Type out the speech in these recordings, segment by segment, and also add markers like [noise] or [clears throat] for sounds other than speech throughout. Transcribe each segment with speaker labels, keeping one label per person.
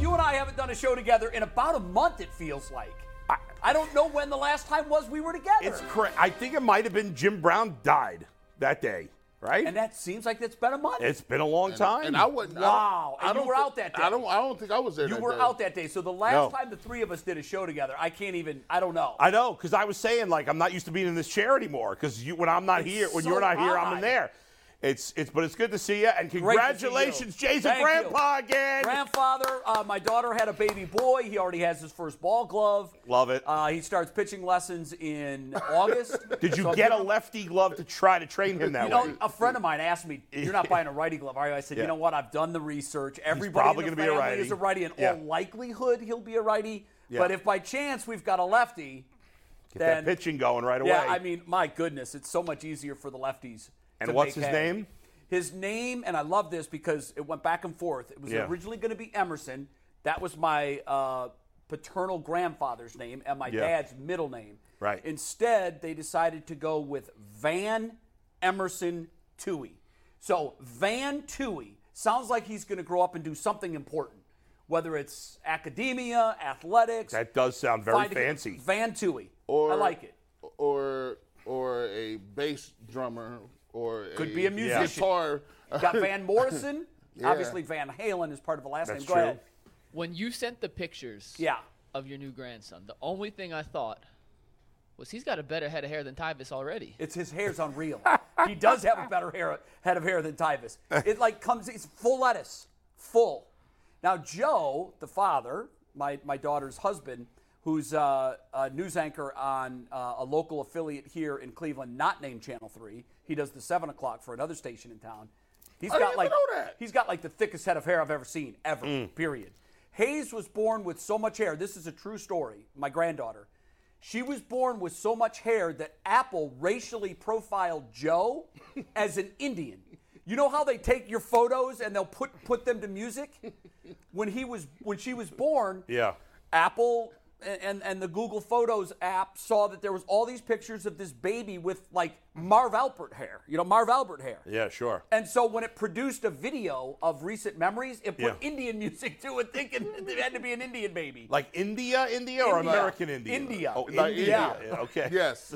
Speaker 1: You and I haven't done a show together in about a month, it feels like. I, don't know when the last time was we were together.
Speaker 2: It's correct. I think it might have been Jim Brown died that day, right?
Speaker 1: and that seems like it's been a month.
Speaker 2: it's been a long time.
Speaker 3: And I wasn't. I don't-
Speaker 1: Wow, and
Speaker 3: I
Speaker 1: you
Speaker 3: don't
Speaker 1: were
Speaker 3: thi-
Speaker 1: out that day.
Speaker 3: I don't. I don't think I was there.
Speaker 1: you
Speaker 3: that
Speaker 1: were
Speaker 3: day.
Speaker 1: out that day. So the last
Speaker 2: No.
Speaker 1: time the three of us did a show together, I can't even, I don't know.
Speaker 2: I know, because I was saying like I'm not used to being in this chair anymore. Because you, when I'm not
Speaker 1: It's
Speaker 2: here, when
Speaker 1: so
Speaker 2: you're not here, I'm
Speaker 1: odd.
Speaker 2: in there. It's it's, but it's good to see you,
Speaker 1: Great to
Speaker 2: and
Speaker 1: see you.
Speaker 2: congratulations, Jason,
Speaker 1: Thank you.
Speaker 2: Grandpa again.
Speaker 1: Grandfather, uh, my daughter had a baby boy. He already has his first ball glove.
Speaker 2: Love it.
Speaker 1: Uh, he starts pitching lessons in August.
Speaker 2: [laughs] Did you
Speaker 1: So I'm
Speaker 2: get a
Speaker 1: giving-
Speaker 2: lefty glove to try to train him that
Speaker 1: You know,
Speaker 2: way?
Speaker 1: a friend of mine asked me, "You're
Speaker 2: [laughs]
Speaker 1: not buying a righty glove, are you?" I said, "You
Speaker 2: Yeah.
Speaker 1: know what? I've done the research. Everybody
Speaker 2: probably
Speaker 1: in the
Speaker 2: gonna be a
Speaker 1: family is
Speaker 2: righty.
Speaker 1: a righty, and
Speaker 2: Yeah.
Speaker 1: all likelihood he'll be a righty.
Speaker 2: Yeah.
Speaker 1: But if by chance we've got a lefty,
Speaker 2: Get
Speaker 1: then
Speaker 2: that pitching going right away.
Speaker 1: yeah, I mean, my goodness, it's so much easier for the lefties.
Speaker 2: and
Speaker 1: to
Speaker 2: what's
Speaker 1: make
Speaker 2: his
Speaker 1: hay.
Speaker 2: name?
Speaker 1: His name, and I love this because it went back and forth. It was
Speaker 2: Yeah.
Speaker 1: originally going to be Emerson. That was my uh, paternal grandfather's name and my
Speaker 2: Yeah.
Speaker 1: dad's middle name.
Speaker 2: Right.
Speaker 1: Instead, they decided to go with Van Emerson Tui. So Van Tui sounds like he's going to grow up and do something important, whether it's academia, athletics.
Speaker 2: That does sound very
Speaker 1: find a-
Speaker 2: fancy.
Speaker 1: Van Tui.
Speaker 3: Or
Speaker 1: I like it.
Speaker 3: Or or a bass drummer or
Speaker 1: Could
Speaker 3: a
Speaker 1: be a musician. [laughs]
Speaker 3: guitar.
Speaker 2: [laughs]
Speaker 1: Got Van Morrison. Obviously, Van Halen is part of the last
Speaker 2: That's
Speaker 1: name. Go
Speaker 2: true.
Speaker 1: ahead.
Speaker 4: When you sent the pictures
Speaker 1: Yeah.
Speaker 4: of your new grandson, the only thing I thought was he's got a better head of hair than Tyvis already.
Speaker 1: It's his hair's unreal. he does have a better hair, head of hair than Tyvis. It like comes, it's full lettuce, full. Now Joe, the father, my my daughter's husband, who's uh, a news anchor on uh, a local affiliate here in Cleveland, not named Channel Three. He does the seven o'clock for another station in town. He's
Speaker 3: I
Speaker 1: got
Speaker 3: didn't
Speaker 1: like
Speaker 3: even know that.
Speaker 1: he's got like the thickest head of hair I've ever seen, ever.
Speaker 2: Mm.
Speaker 1: Period. Hayes was born with so much hair. This is a true story. My granddaughter. She was born with so much hair that Apple racially profiled Joe
Speaker 2: [laughs]
Speaker 1: as an Indian. You know how they take your photos and they'll put put them to music? When he was when she was born,
Speaker 2: Yeah.
Speaker 1: Apple and, and, and the Google Photos app saw that there was all these pictures of this baby with like Marv Albert hair. You know, Marv Albert hair.
Speaker 2: Yeah, sure.
Speaker 1: And so when it produced a video of recent memories, it put
Speaker 2: Yeah.
Speaker 1: Indian music to it, thinking that it had to be an Indian baby.
Speaker 2: Like India, India, or
Speaker 1: India.
Speaker 2: American India?
Speaker 1: India.
Speaker 2: Oh,
Speaker 1: Like
Speaker 2: India.
Speaker 1: India.
Speaker 2: Yeah, Okay.
Speaker 3: Yes.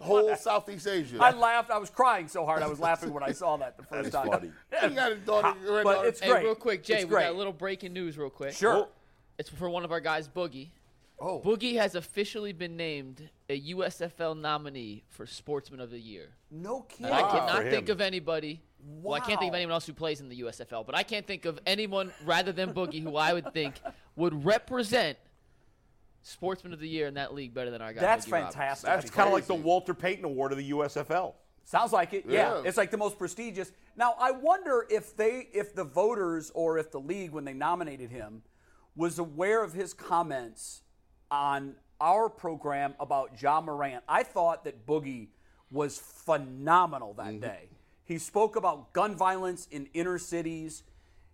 Speaker 3: Whole Southeast Asia.
Speaker 1: I laughed. I was crying so hard. I was laughing when I saw that the first
Speaker 2: That's
Speaker 1: time.
Speaker 2: funny.
Speaker 3: You got a daughter, granddaughter.
Speaker 1: it's
Speaker 4: hey,
Speaker 1: great.
Speaker 4: real quick, Jay,
Speaker 1: It's
Speaker 4: we
Speaker 1: great.
Speaker 4: got a little breaking news real quick.
Speaker 1: Sure.
Speaker 4: It's for one of our guys, Boogie.
Speaker 1: Oh.
Speaker 4: Boogie has officially been named a USFL nominee for Sportsman of the Year.
Speaker 1: No kidding.
Speaker 4: I
Speaker 2: Wow.
Speaker 4: cannot
Speaker 2: For
Speaker 4: think
Speaker 2: him.
Speaker 4: of anybody. Well, I can't think of
Speaker 1: Wow.
Speaker 4: anyone else who plays in the USFL, but I can't think of anyone rather than Boogie who I would think would represent Sportsman of the Year in that league better than our guy.
Speaker 1: That's
Speaker 4: Boogie Roberts.
Speaker 1: fantastic.
Speaker 2: That's kind of like the
Speaker 3: Crazy.
Speaker 2: Walter Payton Award of the USFL.
Speaker 1: Sounds like it. Yeah.
Speaker 3: Yeah.
Speaker 1: It's like the most prestigious. Now, I wonder if they if the voters or if the league when they nominated him was aware of his comments on our program about John Morant. I thought that Boogie was phenomenal that
Speaker 2: Mm-hmm.
Speaker 1: day. He spoke about gun violence in inner cities.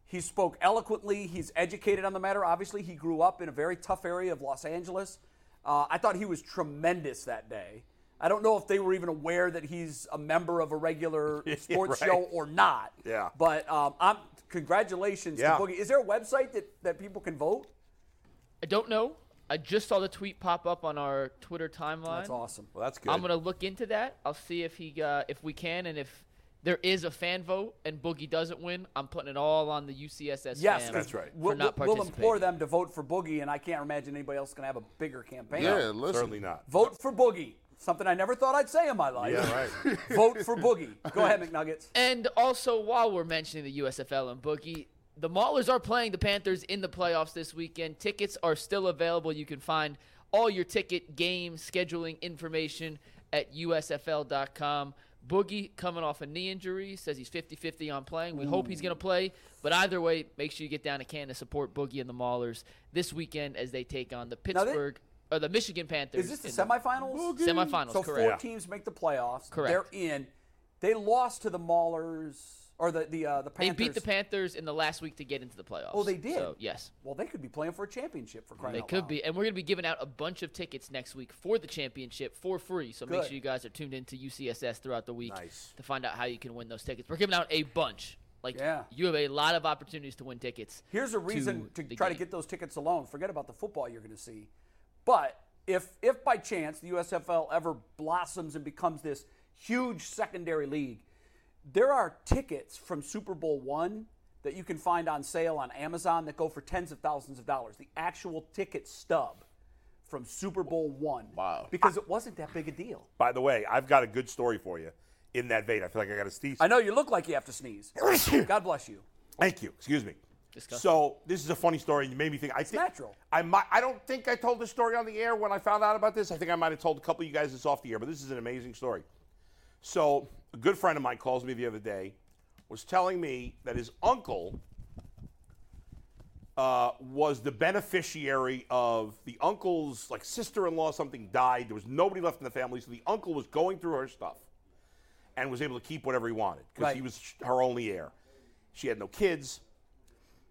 Speaker 1: He spoke eloquently. He's educated on the matter. Obviously, he grew up in a very tough area of Los Angeles. Uh, I thought he was tremendous that day. I don't know if they were even aware that he's a member of a
Speaker 2: [laughs]
Speaker 1: regular sports
Speaker 2: right.
Speaker 1: show or not.
Speaker 2: Yeah.
Speaker 1: But um, I'm congratulations
Speaker 2: Yeah.
Speaker 1: to Boogie. Is there a website that, that people can vote?
Speaker 4: I don't know. I just saw the tweet pop up on our Twitter timeline.
Speaker 1: That's awesome.
Speaker 2: Well, that's good.
Speaker 4: I'm gonna look into that. I'll see if he uh, if we can and if there is a fan vote and Boogie doesn't win, I'm putting it all on the UCSS.
Speaker 1: Yes,
Speaker 4: fans
Speaker 2: That's right.
Speaker 4: For
Speaker 1: We'll,
Speaker 4: not
Speaker 1: we'll- we'll
Speaker 4: participating.
Speaker 1: implore them to vote for Boogie, and I can't imagine anybody else going to have a bigger campaign.
Speaker 3: Yeah, listen.
Speaker 2: Certainly not.
Speaker 1: Vote for Boogie. Something I never thought I'd say in my life.
Speaker 2: Yeah, right.
Speaker 1: [laughs] vote for Boogie. Go
Speaker 2: [laughs]
Speaker 1: ahead, McNuggets.
Speaker 4: And also, while we're mentioning the USFL and Boogie, the Maulers are playing the Panthers in the playoffs this weekend. Tickets are still available. You can find all your ticket, game, scheduling information at USFL.com. Boogie, coming off a knee injury, says he's 50 50 on playing. We hope he's going to play. But either way, make sure you get down to Canton to support Boogie and the Maulers this weekend as they take on the
Speaker 1: they-
Speaker 4: Pittsburgh or the Michigan Panthers.
Speaker 1: Is this the
Speaker 4: in
Speaker 1: semifinals?
Speaker 4: Semifinals,
Speaker 1: So
Speaker 4: correct.
Speaker 1: four teams make the playoffs.
Speaker 4: Correct.
Speaker 1: They're in. They lost to the Maulers or the the uh, the
Speaker 4: They
Speaker 1: Panthers.
Speaker 4: beat the Panthers in the last week to get into the playoffs.
Speaker 1: Oh, they did?
Speaker 4: So, yes.
Speaker 1: Well, they could be playing for a championship for crying
Speaker 4: They
Speaker 1: out
Speaker 4: could
Speaker 1: loud.
Speaker 4: be, and we're going to be giving out a bunch of tickets next week for the championship for free. So make
Speaker 1: Good.
Speaker 4: sure you guys are tuned into UCSS throughout the week
Speaker 2: Nice.
Speaker 4: to find out how you can win those tickets. We're giving out a bunch. Like
Speaker 1: Yeah.
Speaker 4: you have a lot of opportunities to win tickets.
Speaker 1: Here's a reason to,
Speaker 4: the
Speaker 1: try to
Speaker 4: game.
Speaker 1: get those tickets alone. Forget about the football you're going to see. But if if by chance the USFL ever blossoms and becomes this huge secondary league, there are tickets from Super Bowl 1 that you can find on sale on Amazon that go for tens of thousands of dollars. The actual ticket stub from Super Bowl 1. Wow. Because it wasn't that big a deal.
Speaker 2: By the way, I've got a good story for you in that vein. I feel like I got to sneeze.
Speaker 1: I
Speaker 2: [laughs]
Speaker 1: know you look like you have to sneeze. God bless you.
Speaker 2: Thank you. Excuse me.
Speaker 4: Disgusting.
Speaker 2: So this is a funny story, and you made me think. I think
Speaker 1: natural.
Speaker 2: I might. I don't think I told this story on the air when I found out about this. I think I might have told a couple of you guys this off the air, but this is an amazing story. So a good friend of mine calls me the other day, was telling me that his uncle uh, was the beneficiary of the uncle's like sister-in-law. Something died. There was nobody left in the family, so the uncle was going through her stuff and was able to keep whatever he wanted because he
Speaker 1: Right.
Speaker 2: was sh- her only heir. She had no kids.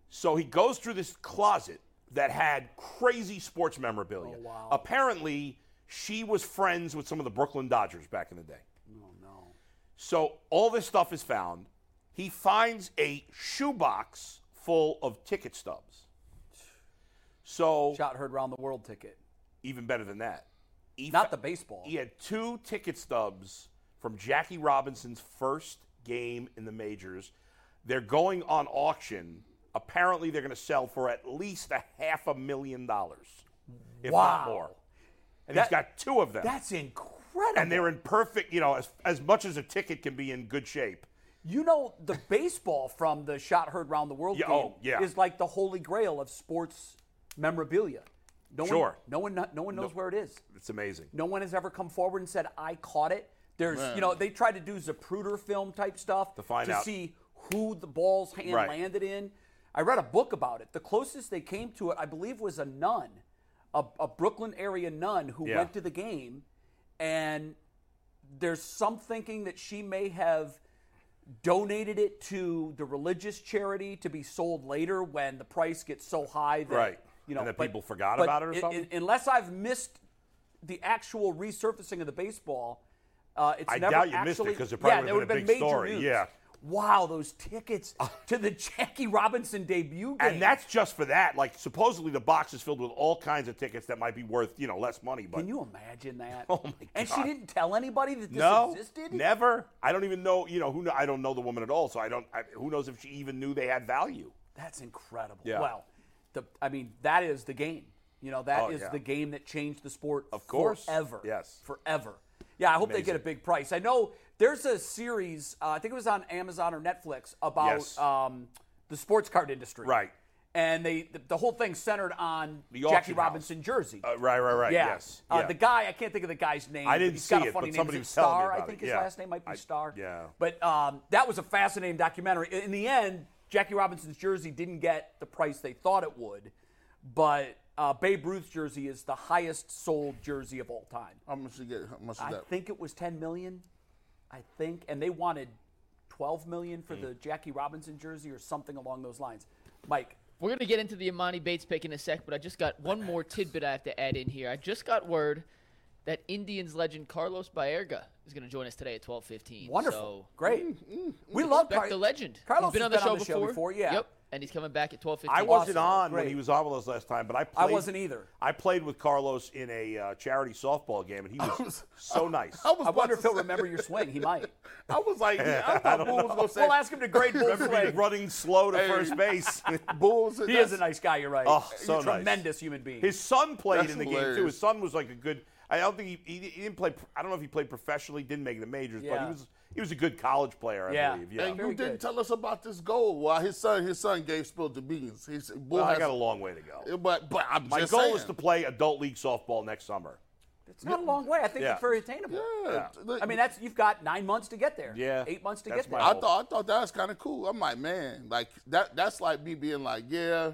Speaker 2: So he goes through this closet that had crazy sports memorabilia. Apparently, she was friends with some of the Brooklyn Dodgers back in the day. So all this stuff is found. He finds a shoebox full of ticket stubs. So
Speaker 1: Shot heard round the world ticket.
Speaker 2: even better than that. He
Speaker 1: Not
Speaker 2: fa-
Speaker 1: the baseball.
Speaker 2: He had two ticket stubs from Jackie Robinson's first game in the majors. They're going on auction. Apparently, they're going to sell for at least a half a million dollars, if
Speaker 1: Wow.
Speaker 2: not more. And
Speaker 1: That-
Speaker 2: he's got two of them.
Speaker 1: That's incredible.
Speaker 2: and they're in perfect, you know, as, as much as a ticket can be in good shape.
Speaker 1: You know, the baseball from the shot heard round the world
Speaker 2: Yeah,
Speaker 1: game
Speaker 2: oh, yeah.
Speaker 1: is like the holy grail of sports memorabilia. No One,
Speaker 2: Sure.
Speaker 1: no one, no one knows where it is.
Speaker 2: It's amazing.
Speaker 1: No one has ever come forward and said, "I caught it." There's, you know, they tried to do Zapruder film type stuff to
Speaker 2: find out.
Speaker 1: see who the ball's hand
Speaker 2: Right.
Speaker 1: landed in. I read a book about it. The closest they came to it, I believe, was a nun, a, a Brooklyn area nun who
Speaker 2: Yeah.
Speaker 1: went to the game, and there's some thinking that she may have donated it to the religious charity to be sold later when the price gets so high that
Speaker 2: Right.
Speaker 1: you know
Speaker 2: And that
Speaker 1: but-
Speaker 2: people forgot
Speaker 1: but
Speaker 2: about it or
Speaker 1: i- i-
Speaker 2: something?
Speaker 1: unless I've missed the actual resurfacing of the baseball, uh, it's
Speaker 2: I
Speaker 1: never
Speaker 2: doubt you
Speaker 1: actually,
Speaker 2: missed it 'cause it
Speaker 1: yeah,
Speaker 2: probably
Speaker 1: there
Speaker 2: would've been a
Speaker 1: would've
Speaker 2: big
Speaker 1: major
Speaker 2: story,
Speaker 1: news.
Speaker 2: yeah. Ah.
Speaker 1: Wow, those tickets to the Jackie Robinson debut game.
Speaker 2: And that's just for that. Like, supposedly the box is filled with all kinds of tickets that might be worth, you know, less money. But
Speaker 1: Can you imagine that?
Speaker 2: [laughs] Oh, my
Speaker 1: And she
Speaker 2: God.
Speaker 1: didn't tell anybody that this
Speaker 2: no,
Speaker 1: existed?
Speaker 2: never. I don't even know. You know, who? kn- I don't know the woman at all. So I don't. I, who knows if she even knew they had value?
Speaker 1: That's incredible.
Speaker 2: Yeah.
Speaker 1: Wow. The I mean, that is the game. You know, that is
Speaker 2: Oh, yeah.
Speaker 1: the game that changed the sport of
Speaker 2: course.
Speaker 1: forever.
Speaker 2: Yes.
Speaker 1: Forever. Yeah, I hope they get a
Speaker 2: Amazing.
Speaker 1: big price. I know there's a series, uh, I think it was on Amazon or Netflix, about
Speaker 2: Yes.
Speaker 1: um, the sports card industry.
Speaker 2: Right.
Speaker 1: And they the, the whole thing centered on
Speaker 2: The
Speaker 1: Jackie
Speaker 2: auction house.
Speaker 1: Robinson jersey.
Speaker 2: Uh, right, right, right.
Speaker 1: yeah.
Speaker 2: Yes.
Speaker 1: Uh,
Speaker 2: yeah.
Speaker 1: The guy, I can't think of the guy's name.
Speaker 2: I
Speaker 1: but
Speaker 2: didn't
Speaker 1: he's got
Speaker 2: see
Speaker 1: a
Speaker 2: it,
Speaker 1: funny
Speaker 2: but
Speaker 1: name.
Speaker 2: somebody
Speaker 1: Is it
Speaker 2: was telling me
Speaker 1: Star? I
Speaker 2: about
Speaker 1: think
Speaker 2: it.
Speaker 1: his
Speaker 2: Yeah.
Speaker 1: last name might be
Speaker 2: I-
Speaker 1: Star.
Speaker 2: yeah.
Speaker 1: But um, that was a fascinating documentary. In the end, Jackie Robinson's jersey didn't get the price they thought it would, but uh, Babe Ruth's jersey is the highest sold jersey of all time.
Speaker 3: How much you get? How much is
Speaker 1: I
Speaker 3: that?
Speaker 1: think it was 10 million. I think, and they wanted 12 million
Speaker 2: Mm.
Speaker 1: for the Jackie Robinson jersey or something along those lines. Mike,
Speaker 4: We're going to get into the Imani Bates pick in a sec, but I just got one more tidbit I have to add in here. I just got word that Indians legend Carlos Baerga is going to join us today at 12:15.
Speaker 1: wonderful,
Speaker 4: So mm,
Speaker 1: great. we love
Speaker 4: respect
Speaker 1: Car-
Speaker 4: the legend.
Speaker 1: Carlos
Speaker 4: He's been
Speaker 1: has
Speaker 4: on the show before.
Speaker 1: Yeah,
Speaker 4: Yep. and he's coming back at 12:15.
Speaker 2: I wasn't on when
Speaker 1: Great.
Speaker 2: he was on with us last time, but I
Speaker 1: I
Speaker 2: played,
Speaker 1: wasn't either.
Speaker 2: I played with Carlos in a uh, charity softball game, and he was so nice.
Speaker 3: I, was
Speaker 1: I wonder
Speaker 3: about
Speaker 1: if he'll
Speaker 3: to say-
Speaker 1: remember your swing. He might.
Speaker 3: I
Speaker 2: [laughs]
Speaker 3: was like, yeah, I thought Bull was going to say.
Speaker 1: We'll ask him to grade Bull's
Speaker 2: Remember me
Speaker 1: swing.
Speaker 2: running slow to
Speaker 3: Hey.
Speaker 2: first base.
Speaker 3: Bulls.
Speaker 1: He is a nice guy. You're right.
Speaker 2: Oh, so
Speaker 1: He's a
Speaker 2: nice.
Speaker 1: tremendous human being.
Speaker 2: His son played
Speaker 3: That's
Speaker 2: in the game too.
Speaker 3: hilarious.
Speaker 2: His son was like a good. I don't think he, he, he didn't play. I don't know if he played professionally. Didn't make the majors, but
Speaker 1: Yeah.
Speaker 2: he was he was a good college player. I
Speaker 1: Yeah.
Speaker 2: believe.
Speaker 1: Hey,
Speaker 2: Yeah.
Speaker 3: And you
Speaker 1: Very
Speaker 3: didn't
Speaker 1: good.
Speaker 3: tell us about this goal. Well, his son, his son gave spilled the beans. He's Bull
Speaker 2: Well, I
Speaker 3: has,
Speaker 2: got a long way to go.
Speaker 3: But but I'm
Speaker 2: My
Speaker 3: just
Speaker 2: goal
Speaker 3: saying.
Speaker 2: is to play adult league softball next summer.
Speaker 1: it's not a long way. I think
Speaker 2: Yeah.
Speaker 1: it's very attainable.
Speaker 3: Yeah.
Speaker 1: I mean, that's you've got nine months to get there.
Speaker 2: Yeah.
Speaker 1: Eight months to
Speaker 2: That's
Speaker 1: get
Speaker 2: my
Speaker 1: there.
Speaker 3: I thought I thought that was kind of cool. I'm like, man, like that. That's like me being like, yeah,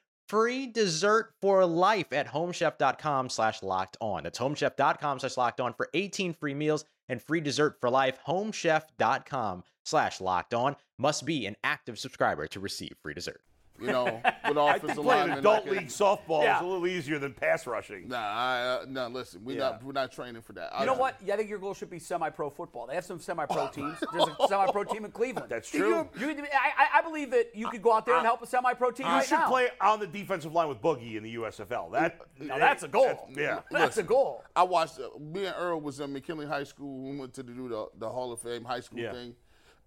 Speaker 5: free dessert for life at homechef.com slash locked on that's homechef.com slash locked on for 18 free meals and free dessert for life homechef.com slash locked on must be an active subscriber to receive free dessert
Speaker 2: [laughs]
Speaker 3: You know, with
Speaker 2: I
Speaker 3: offensive
Speaker 2: think playing
Speaker 3: linemen,
Speaker 2: adult
Speaker 3: I can-
Speaker 2: league softball
Speaker 1: Yeah.
Speaker 2: is a little easier than pass rushing.
Speaker 3: Nah, I, uh, nah. Listen, we're not we're not training for that.
Speaker 1: You know what? Yeah, I think your goal should be semi-pro football. They have some semi-pro teams. There's a semi-pro team in Cleveland.
Speaker 2: Oh. That's true. Uh-uh.
Speaker 1: You, I, I- I believe that you could go out there and help a semi-pro team
Speaker 2: You
Speaker 1: right
Speaker 2: should
Speaker 1: now.
Speaker 2: play on the defensive line with Boogie in the USFL. That
Speaker 1: Now, that's a goal. [laughs]
Speaker 2: yeah.
Speaker 1: that's a goal.
Speaker 3: I watched. Uh, me and Earl was in McKinley High School. We went to the, do the the Hall of Fame high school
Speaker 2: Yeah.
Speaker 3: thing,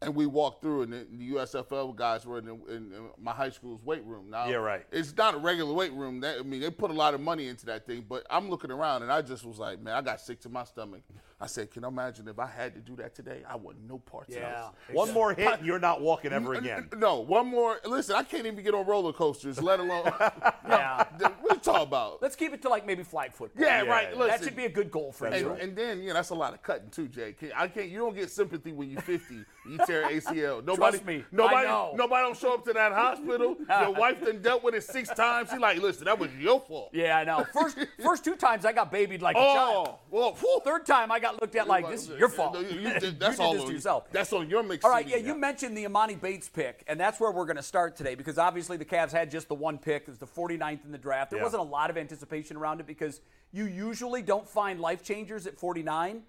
Speaker 3: and we walked through, and the, the USFL guys were in, the, in, in my high school's weight room. Now,
Speaker 2: Yeah, right.
Speaker 3: It's not a regular weight room. That, I mean, they put a lot of money into that thing. But I'm looking around, and I just was like, man, I got sick to my stomach. I said, can you imagine if I had to do that today? I want no parts
Speaker 1: Yeah.
Speaker 3: of this.
Speaker 2: One more hit, and you're not walking ever again.
Speaker 3: No, one more. Listen, I can't even get on roller coasters,
Speaker 2: [laughs]
Speaker 3: let alone. [laughs]
Speaker 1: Yeah.
Speaker 3: what are you talking about?
Speaker 1: Let's keep it to like maybe flag football.
Speaker 3: yeah,
Speaker 2: Yeah,
Speaker 3: right.
Speaker 2: yeah.
Speaker 3: Listen,
Speaker 1: That should be a good goal for you.
Speaker 3: and, and then yeah, that's a lot of cutting too, Jay. Can- I can't. You don't get sympathy when you're 50. You
Speaker 1: [laughs]
Speaker 3: tear ACL. Nobody.
Speaker 1: Trust me, I
Speaker 3: Nobody.
Speaker 1: know.
Speaker 3: Nobody don't show up to
Speaker 1: [laughs]
Speaker 3: that hospital. Your wife done dealt with it six times. She like, listen, that was your fault.
Speaker 1: Yeah, I know. First, first two times I got babied like a
Speaker 3: Oh,
Speaker 1: child.
Speaker 3: well, [laughs] whew.
Speaker 1: Third time I got looked at like this is your fault.
Speaker 3: You- you-
Speaker 1: [laughs]
Speaker 3: you-
Speaker 1: You
Speaker 3: that's
Speaker 1: did
Speaker 3: all
Speaker 1: this
Speaker 3: on
Speaker 1: to
Speaker 3: you.
Speaker 1: yourself.
Speaker 3: That's on your mix.
Speaker 1: All right, yeah,
Speaker 3: CD
Speaker 1: you
Speaker 3: now.
Speaker 1: mentioned the Imani Bates pick, and that's where we're going to start today because obviously the Cavs had just the one pick. It was the 49th in the draft. There
Speaker 2: Yeah.
Speaker 1: wasn't a lot of anticipation around it because you usually don't find life changers at 49,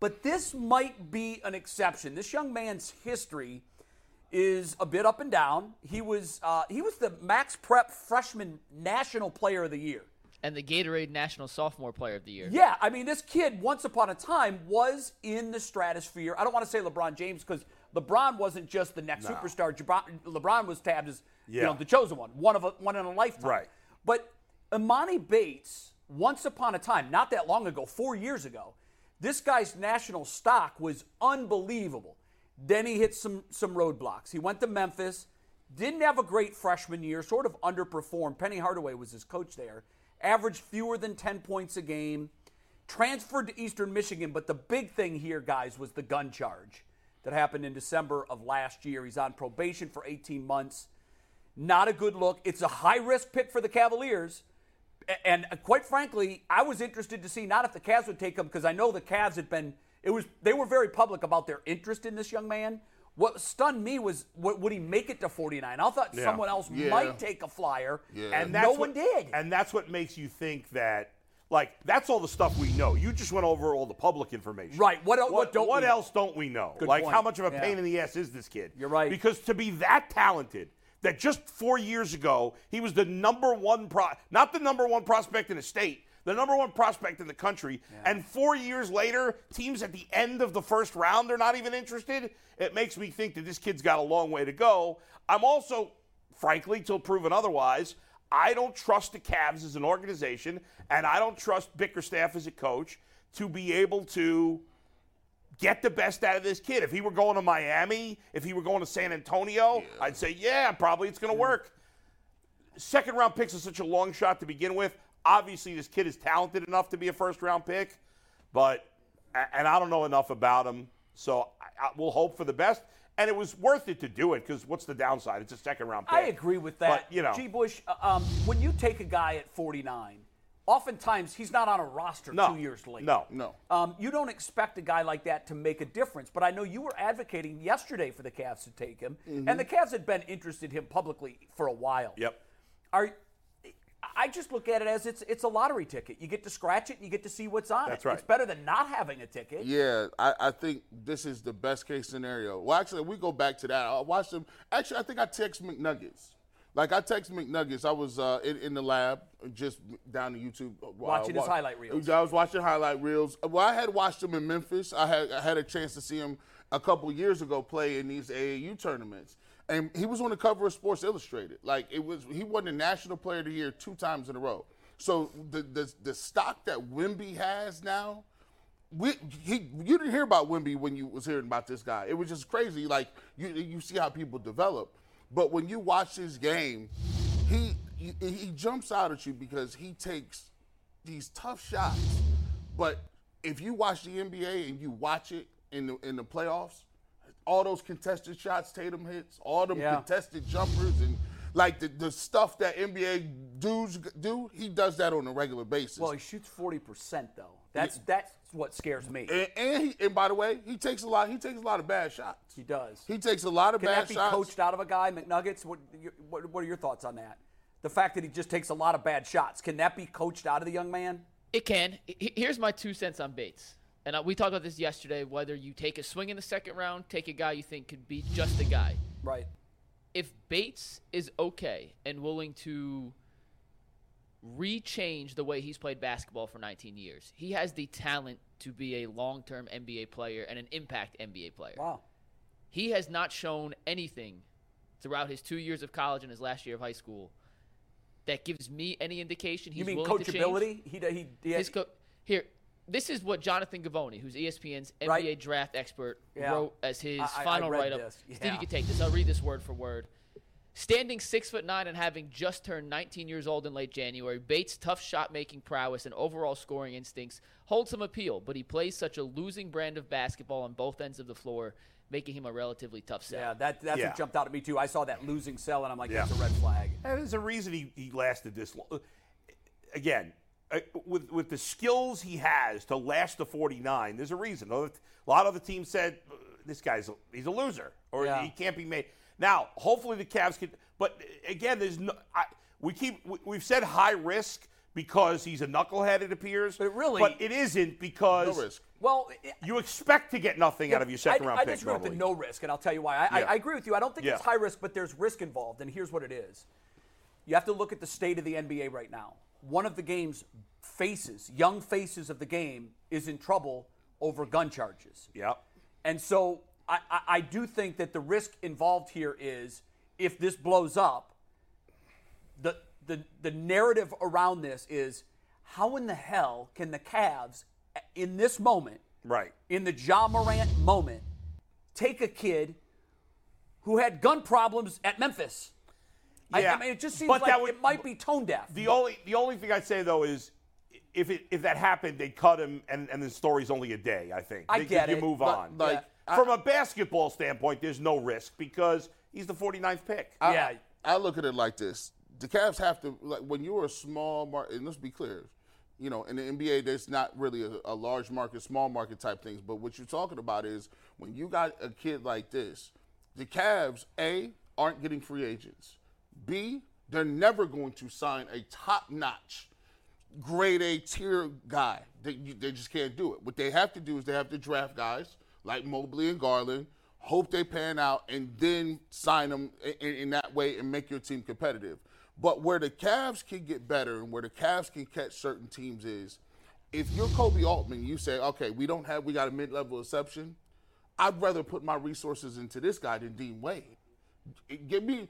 Speaker 1: but this might be an exception. This young man's history is a bit up and down. He was uh, he was the Max Prep Freshman National Player of the Year.
Speaker 4: and the Gatorade National Sophomore Player of the Year.
Speaker 1: Yeah, I mean, this kid once upon a time was in the stratosphere. I don't want to say LeBron James because LeBron wasn't just the next superstar. Jabron, LeBron was tabbed as you
Speaker 2: Yeah.
Speaker 1: know the chosen one, one of a, one in a lifetime.
Speaker 2: Right.
Speaker 1: But Imani Bates, once upon a time, not that long ago, four years ago, this guy's national stock was unbelievable. Then he hit some some roadblocks. He went to Memphis, didn't have a great freshman year, sort of underperformed. Penny Hardaway was his coach there, averaged fewer than 10 points a game, transferred to Eastern Michigan, but the big thing here, guys, was the gun charge that happened in December of last year. He's on probation for 18 months not a good look. It's a high risk pick for the Cavaliers. A- And uh, quite frankly, I was interested to see not if the Cavs would take him because I know the Cavs had been it was they were very public about their interest in this young man. What stunned me was what, would he make it to 49? I thought someone else
Speaker 3: Yeah.
Speaker 1: might take a flyer,
Speaker 2: And that's
Speaker 1: no
Speaker 2: what,
Speaker 1: one did.
Speaker 2: And that's what makes you think that, like, that's all the stuff we know. You just went over all the public information.
Speaker 1: Right. What el- what don't we know?
Speaker 2: else don't we know?
Speaker 1: Good
Speaker 2: like,
Speaker 1: point.
Speaker 2: how much of a
Speaker 1: Yeah.
Speaker 2: pain in the ass is this kid?
Speaker 1: You're right.
Speaker 2: Because to be that talented, that just four years ago, he was the number one pro, not the number one prospect in the state. The number one prospect in the country, and four years later, teams at the end of the first round are not even interested. It makes me think that this kid's got a long way to go. I'm also frankly, till proven otherwise. I don't trust the Cavs as an organization, and I don't trust Bickerstaff as a coach to be able to Get the best out of this kid. If he were going to Miami, if he were going to San Antonio, I'd say, yeah, probably it's going to work. Second round picks is such a long shot to begin with. Obviously, this kid is talented enough to be a first round pick, but, a- and I don't know enough about him. So I, I, we'll hope for the best. And it was worth it to do it because what's the downside? It's a second round pick.
Speaker 1: I agree with that.
Speaker 2: But, you know,
Speaker 1: G. Bush, uh, um, when you take a guy at 49, oftentimes he's not on a roster
Speaker 2: no,
Speaker 1: two years later.
Speaker 2: No.
Speaker 3: No.
Speaker 1: Um, you don't expect a guy like that to make a difference, but I know you were advocating yesterday for the Cavs to take him, and the Cavs had been interested in him publicly for a while.
Speaker 2: Yep.
Speaker 1: Are I just look at it as it's it's a lottery ticket. You get to scratch it and you get to see what's on
Speaker 2: That's
Speaker 1: it.
Speaker 2: right.
Speaker 1: It's better than not having a ticket.
Speaker 3: Yeah, I, I think this is the best case scenario. Well, actually, we go back to that. I watched them. Actually, I think I text McNuggets. Like I text McNuggets. I was uh, in, in the lab, just down to YouTube, uh,
Speaker 1: Watching his highlight reels.
Speaker 3: I was watching highlight reels. Well, I had watched him in Memphis. I had I had a chance to see him a couple years ago play in these AAU tournaments, and he was on the cover of Sports Illustrated. Like it was, he won the National Player of the Year two times in a row. So the the, the stock that Wimby has now we, he, you didn't hear about Wimby when you was hearing about this guy. It was just crazy. Like you, you see how people develop, but when you watch his game, he, he he jumps out at you because he takes these tough shots. But if you watch the NBA and you watch it in the in the playoffs, all those contested shots Tatum hits, all them
Speaker 1: Yeah.
Speaker 3: contested jumpers and. Like the, the stuff that NBA dudes do, he does that on a regular basis.
Speaker 1: Well, Oh, he shoots forty percent though. That's that's what scares me.
Speaker 3: And and, he, and by the way, he takes a lot. He takes a lot of bad shots.
Speaker 1: he does.
Speaker 3: He takes a lot of
Speaker 1: Can
Speaker 3: bad
Speaker 1: that be
Speaker 3: shots.
Speaker 1: coached out of a guy, McNuggets? What, your- what, what are your thoughts on that? The fact that he just takes a lot of bad shots, can that be coached out of the young man?
Speaker 4: It can. H- Here's my two cents on Bates. And uh, we talked about this yesterday whether you take a swing in the second round, take a guy you think could be just a guy.
Speaker 1: Right.
Speaker 4: If Bates is okay and willing to rechange the way he's played basketball for 19 years, he has the talent to be a long term NBA player and an impact NBA player.
Speaker 1: Wow.
Speaker 4: He has not shown anything throughout his two years of college and his last year of high school that gives me any indication he's
Speaker 1: you mean
Speaker 4: willing to change
Speaker 1: coachability? He, he, he,
Speaker 4: his co- here. This is what Jonathan Gavoni, who's E ESPN's NBA
Speaker 1: Right.
Speaker 4: draft expert,
Speaker 1: Yeah.
Speaker 4: wrote as his
Speaker 1: I- I- I
Speaker 4: final
Speaker 1: read
Speaker 4: write-up.
Speaker 1: this.
Speaker 4: Steve,
Speaker 1: Yeah.
Speaker 4: you can take this. I'll read this word for word. Standing six foot nine and having just turned 19 years old in late January, Bates' tough shot making prowess and overall scoring instincts hold some appeal, but he plays such a losing brand of basketball on both ends of the floor, making him a relatively tough set.
Speaker 1: yeah, that, that's
Speaker 2: Yeah.
Speaker 1: what jumped out at me, too. I saw that losing cell, and I'm like,
Speaker 2: Yeah.
Speaker 1: that's a red flag.
Speaker 2: And there's a reason he, he lasted this long. Again, uh, with with the skills he has to last to 49, there's a reason. A lot of the team said "Uh, this guy's a, he's a loser or
Speaker 1: Yeah.
Speaker 2: he can't be made. Now, hopefully the Cavs can. But uh, again, there's no. I, we keep we, we've said high risk because he's a knucklehead. It appears,
Speaker 1: But really-
Speaker 2: but it isn't because
Speaker 3: No risk.
Speaker 1: Well, it-
Speaker 2: you expect to get nothing out of your second
Speaker 1: I,
Speaker 2: round
Speaker 1: I
Speaker 2: pick.
Speaker 1: disagree with the
Speaker 2: normally.
Speaker 1: no risk, and I'll tell you why. I,
Speaker 2: Yeah.
Speaker 1: I, I agree with you. I don't think it's
Speaker 2: Yeah.
Speaker 1: high risk, but there's risk involved, and here's what it is. You have to look at the state of the NBA right now. One of the game's faces, young faces of the game, is in trouble over gun charges.
Speaker 2: Yep.
Speaker 1: And so I, I, I do think that the risk involved here is if this blows up, the, the, the narrative around this is how in the hell can the Cavs, in this moment,
Speaker 2: Right.
Speaker 1: in the Ja Morant moment, take a kid who had gun problems at Memphis? I- I,
Speaker 2: Yeah,
Speaker 1: mean, it just seems
Speaker 2: but
Speaker 1: like
Speaker 2: that would-
Speaker 1: it might be tone deaf.
Speaker 2: The only the only thing I'd say though is if it if that happened, they'd cut him, and, and the story's only a day. I think.
Speaker 1: I
Speaker 2: They-
Speaker 1: get
Speaker 2: you
Speaker 1: it,
Speaker 2: move
Speaker 1: but,
Speaker 2: on.
Speaker 3: like, I-
Speaker 2: from a basketball standpoint, there's no risk because he's the 49th pick.
Speaker 1: yeah,
Speaker 3: I look at it like this: the Cavs have to like when you're a small market. And let's be clear, you know, in the NBA, there's not really a, a large market, small market type things. But what you're talking about is when you got a kid like this, the Cavs a aren't getting free agents. B they're never going to sign a top notch grade A tier guy. They, you- they just can't do it. What they have to do is they have to draft guys like Mobley and Garland, hope they pan out, and then sign them in, in that way and make your team competitive. But where the Cavs can get better and where the Cavs can catch certain teams is if you're Kobe Altman, you say, okay, we don't have, we got a mid level exception. I'd rather put my resources into this guy than Dean Wade. Give me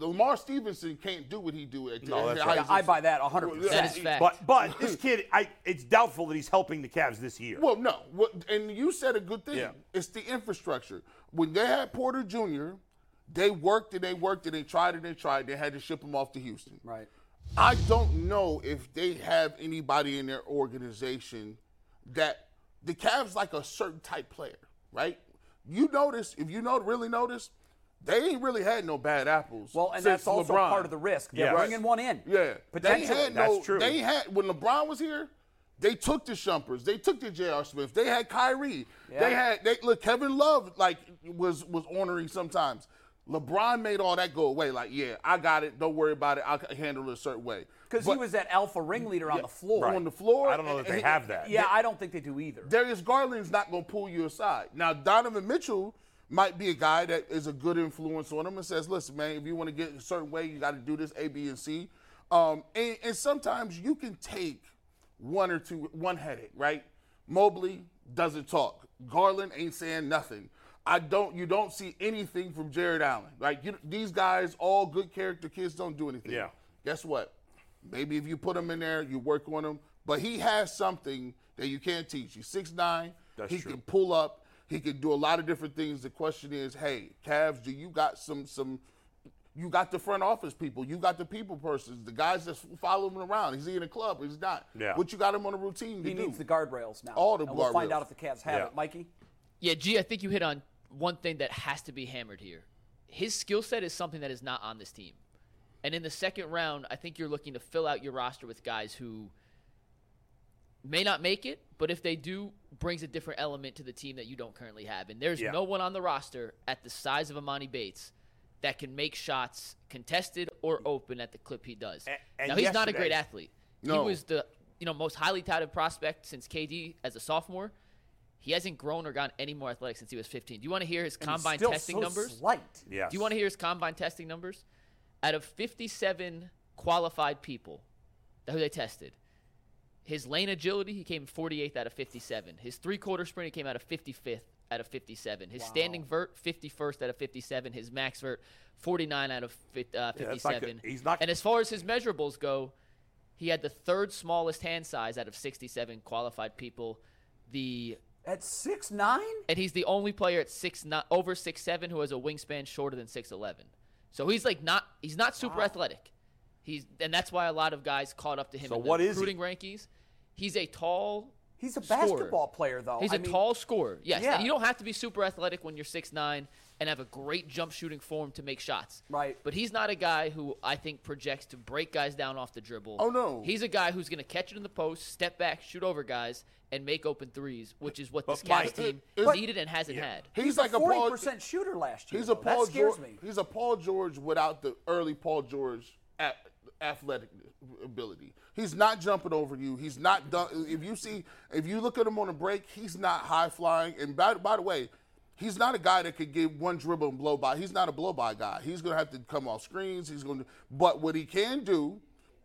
Speaker 3: Lamar Stevenson can't do what he do at
Speaker 2: No, that's
Speaker 3: how
Speaker 2: right.
Speaker 3: he's-
Speaker 1: Yeah, I buy that 100%.
Speaker 4: That is fact.
Speaker 2: But but this kid, I it's doubtful that he's helping the Cavs this year.
Speaker 3: Well, no. What, and you said a good thing.
Speaker 2: Yeah.
Speaker 3: It's the infrastructure. When they had Porter Jr., they worked and they worked and they tried and they tried. They had to ship him off to Houston.
Speaker 1: Right.
Speaker 3: I don't know if they have anybody in their organization that the Cavs like a certain type player, right? You notice if you know really notice, they ain't really had no bad apples.
Speaker 1: Well, and
Speaker 3: since
Speaker 1: that's also
Speaker 3: LeBron.
Speaker 1: part of the risk. They're
Speaker 2: Yes.
Speaker 1: bringing one in.
Speaker 3: Yeah,
Speaker 1: Potentially.
Speaker 3: They had no,
Speaker 2: That's true.
Speaker 3: They had when LeBron was here. They took the Shumpers. They took the J.R. Smith. They had Kyrie. They had they look Kevin Love like was was ornery sometimes. LeBron made all that go away. Like, yeah, I got it. Don't worry about it. I can handle it a certain way.
Speaker 1: Because he
Speaker 3: But
Speaker 1: was that alpha ringleader on the floor.
Speaker 3: on the floor.
Speaker 2: I don't know that they have that.
Speaker 1: Yeah, I don't think they do either.
Speaker 3: Darius Garland's not going to pull you aside. Now, Donovan Mitchell might be a guy that is a good influence on him and says, listen, man, if you want to get a certain way, you got to do this A, B, and C. Um, and, and sometimes you can take one or two, one headache, right? Mobley doesn't talk. Garland ain't saying nothing. I don't, you don't see anything from Jared Allen. Like, you, these guys, all good character kids, don't do anything.
Speaker 2: Yeah.
Speaker 3: Guess what? Maybe if you put him in there, you work on him. But he has something that you can't teach. He's 6'9.
Speaker 2: That's
Speaker 3: he
Speaker 2: true.
Speaker 3: can pull up. He can do a lot of different things. The question is, hey, Cavs, do you got some some you got the front office people, you got the people persons, the guys that follow him around. Is he in a club or he's not?
Speaker 2: Yeah.
Speaker 3: What you got him on a routine to
Speaker 1: He
Speaker 3: do?
Speaker 1: needs the guardrails now.
Speaker 3: All the
Speaker 1: and we'll find
Speaker 3: guardrails.
Speaker 1: out if the Cavs have
Speaker 2: Yeah.
Speaker 1: it. Mikey?
Speaker 4: Yeah, G, I think you hit on one thing that has to be hammered here. His skill set is something that is not on this team. And in the second round, I think you're looking to fill out your roster with guys who may not make it, but if they do, brings a different element to the team that you don't currently have. And there's
Speaker 2: Yeah.
Speaker 4: no one on the roster at the size of Amani Bates that can make shots contested or open at the clip he does.
Speaker 2: A- and
Speaker 4: now he's not a great
Speaker 2: yesterday-
Speaker 4: athlete.
Speaker 3: No.
Speaker 4: He was the you know most highly touted prospect since KD as a sophomore. He hasn't grown or gotten any more athletic since he was 15. Do you want to hear his
Speaker 1: And he's
Speaker 4: combine
Speaker 1: still
Speaker 4: testing
Speaker 1: so
Speaker 4: numbers?
Speaker 1: Slight.
Speaker 2: Yes.
Speaker 4: Do you want to hear his combine testing numbers? Out of 57 qualified people that who they tested, his lane agility, he came 48th out of 57. His three quarter sprint, he came out of 55th out of 57. His standing vert, 51st out of 57. His max vert, 49 out of fif- uh,
Speaker 2: that's not
Speaker 4: 57.
Speaker 2: good. He's not-
Speaker 4: and as far as his measurables go, he had the third smallest hand size out of 67 qualified people. The
Speaker 1: At six nine?
Speaker 4: and he's the only player at six not over six seven who has a wingspan shorter than six eleven. So he's like not he's not super athletic. He's and that's why a lot of guys caught up to him
Speaker 2: So
Speaker 4: in
Speaker 2: what
Speaker 4: the
Speaker 2: is he?
Speaker 4: recruiting rankings. He's a tall
Speaker 1: He's a
Speaker 4: scorer.
Speaker 1: basketball player, though.
Speaker 4: He's
Speaker 1: a
Speaker 4: a tall scorer. Yes.
Speaker 1: Oh, Yeah.
Speaker 4: And you don't have to be super athletic when you're six nine and have a great jump shooting form to make shots.
Speaker 1: Right.
Speaker 4: But he's not a guy who I think projects to break guys down off the dribble.
Speaker 3: Oh, no.
Speaker 4: He's a guy who's gonna catch it in the post, step back, shoot over guys, and make open threes, which is what this Cavs
Speaker 2: Mike-
Speaker 4: team
Speaker 3: But-
Speaker 4: needed and hasn't had.
Speaker 3: he's,
Speaker 1: He's
Speaker 3: like
Speaker 1: a
Speaker 3: a
Speaker 1: forty
Speaker 3: Paul.
Speaker 1: percent shooter last year.
Speaker 3: He's a
Speaker 1: though.
Speaker 3: Paul
Speaker 1: That scares
Speaker 3: George.
Speaker 1: me.
Speaker 3: He's a Paul George without the early Paul George at, athletic ability. He's not jumping over you. He's not done. If you see, if you look at him on a break, he's not high flying. And by, by the way, he's not a guy that could give one dribble and blow by. He's not a blow by guy. He's gonna have to come off screens. He's gonna. But what he can do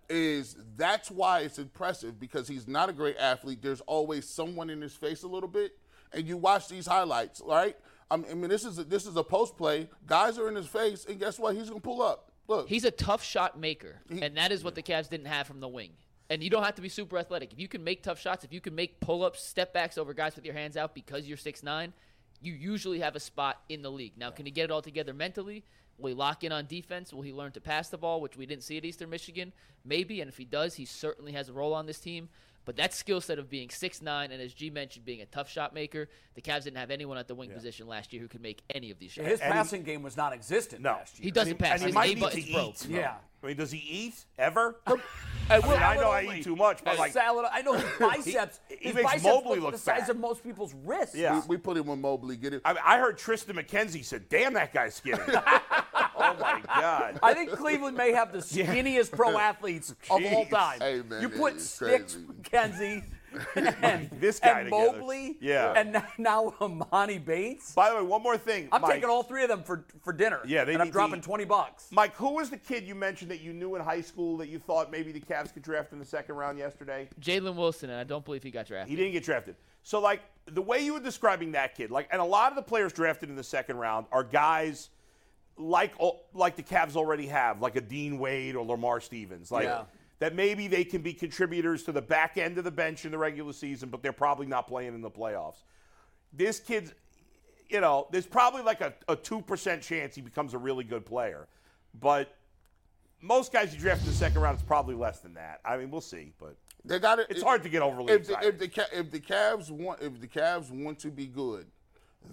Speaker 3: is that's why it's impressive because he's not a great athlete. There's always someone in his face a little bit, and you watch these highlights, right? I mean, I mean, this is a, this is a post play. Guys are in his face, and guess what? He's gonna pull up. Look,
Speaker 4: He's a tough shot maker, and that is what the Cavs didn't have from the wing. And you don't have to be super athletic. If you can make tough shots, if you can make pull ups, step backs over guys with your hands out because you're 6'9, you usually have a spot in the league. Now, can he get it all together mentally? Will he lock in on defense? Will he learn to pass the ball, which we didn't see at Eastern Michigan? Maybe. And if he does, he certainly has a role on this team. But that skill set of being 6'9 and, as G mentioned, being a tough shot maker, the Cavs didn't have anyone at the wing position last year who could make any of these shots.
Speaker 1: His passing game was non-existent
Speaker 2: No.
Speaker 1: last year.
Speaker 4: he doesn't pass.
Speaker 2: And he
Speaker 4: His
Speaker 2: might E. need
Speaker 4: A
Speaker 2: to
Speaker 4: button's
Speaker 2: eat.
Speaker 4: broke.
Speaker 2: though.
Speaker 1: Yeah.
Speaker 2: I mean, does he eat ever? I, mean,
Speaker 1: Well,
Speaker 2: I know I
Speaker 1: only-
Speaker 2: eat too much, but
Speaker 1: His
Speaker 2: like
Speaker 1: salad. I know his biceps.
Speaker 2: [laughs] he
Speaker 1: his
Speaker 2: makes
Speaker 1: biceps
Speaker 2: Mobley
Speaker 1: look
Speaker 2: look
Speaker 1: the size
Speaker 2: fat.
Speaker 1: of most
Speaker 2: [laughs]
Speaker 1: people's wrists.
Speaker 2: Yeah.
Speaker 3: we put him on Mobley. Get it.
Speaker 2: I, mean, I heard Tristan McKenzie said, "Damn, that guy's skinny." oh my god.
Speaker 1: I think Cleveland may have the
Speaker 2: [laughs]
Speaker 1: skinniest pro athletes of all
Speaker 2: Jeez.
Speaker 1: time.
Speaker 3: Hey, man,
Speaker 1: you
Speaker 3: it
Speaker 1: put
Speaker 3: is
Speaker 1: Sticks
Speaker 2: [laughs]
Speaker 3: crazy.
Speaker 1: McKenzie and,
Speaker 2: This guy
Speaker 1: and
Speaker 2: together.
Speaker 1: Mobley
Speaker 2: Yeah.
Speaker 1: and [laughs] now Amani Bates.
Speaker 2: By the way, one more thing.
Speaker 1: I'm
Speaker 2: Mike.
Speaker 1: taking all three of them for, for dinner.
Speaker 2: Yeah, they
Speaker 1: and I'm
Speaker 2: need to
Speaker 1: dropping
Speaker 2: eat.
Speaker 1: 20 bucks.
Speaker 2: Mike, who was the kid you mentioned that you knew in high school that you thought maybe the Cavs could draft in the second round yesterday?
Speaker 4: Jalen Wilson, and I don't believe he got drafted.
Speaker 2: He didn't get drafted. So like the way you were describing that kid, like and a lot of the players drafted in the second round are guys like al- like the Cavs already have, like a Dean Wade or Lamar Stevens, like
Speaker 1: Yeah.
Speaker 2: that maybe they can be contributors to the back end of the bench in the regular season, but they're probably not playing in the playoffs. This kid's, you know, there's probably like a a two percent chance he becomes a really good player, but most guys you draft in the second round, it's probably less than that. I mean, we'll see, but
Speaker 3: They got it.
Speaker 2: it's hard to get overly
Speaker 3: if the,
Speaker 2: excited.
Speaker 3: if the Ca- if the Cavs want if the Cavs want to be good,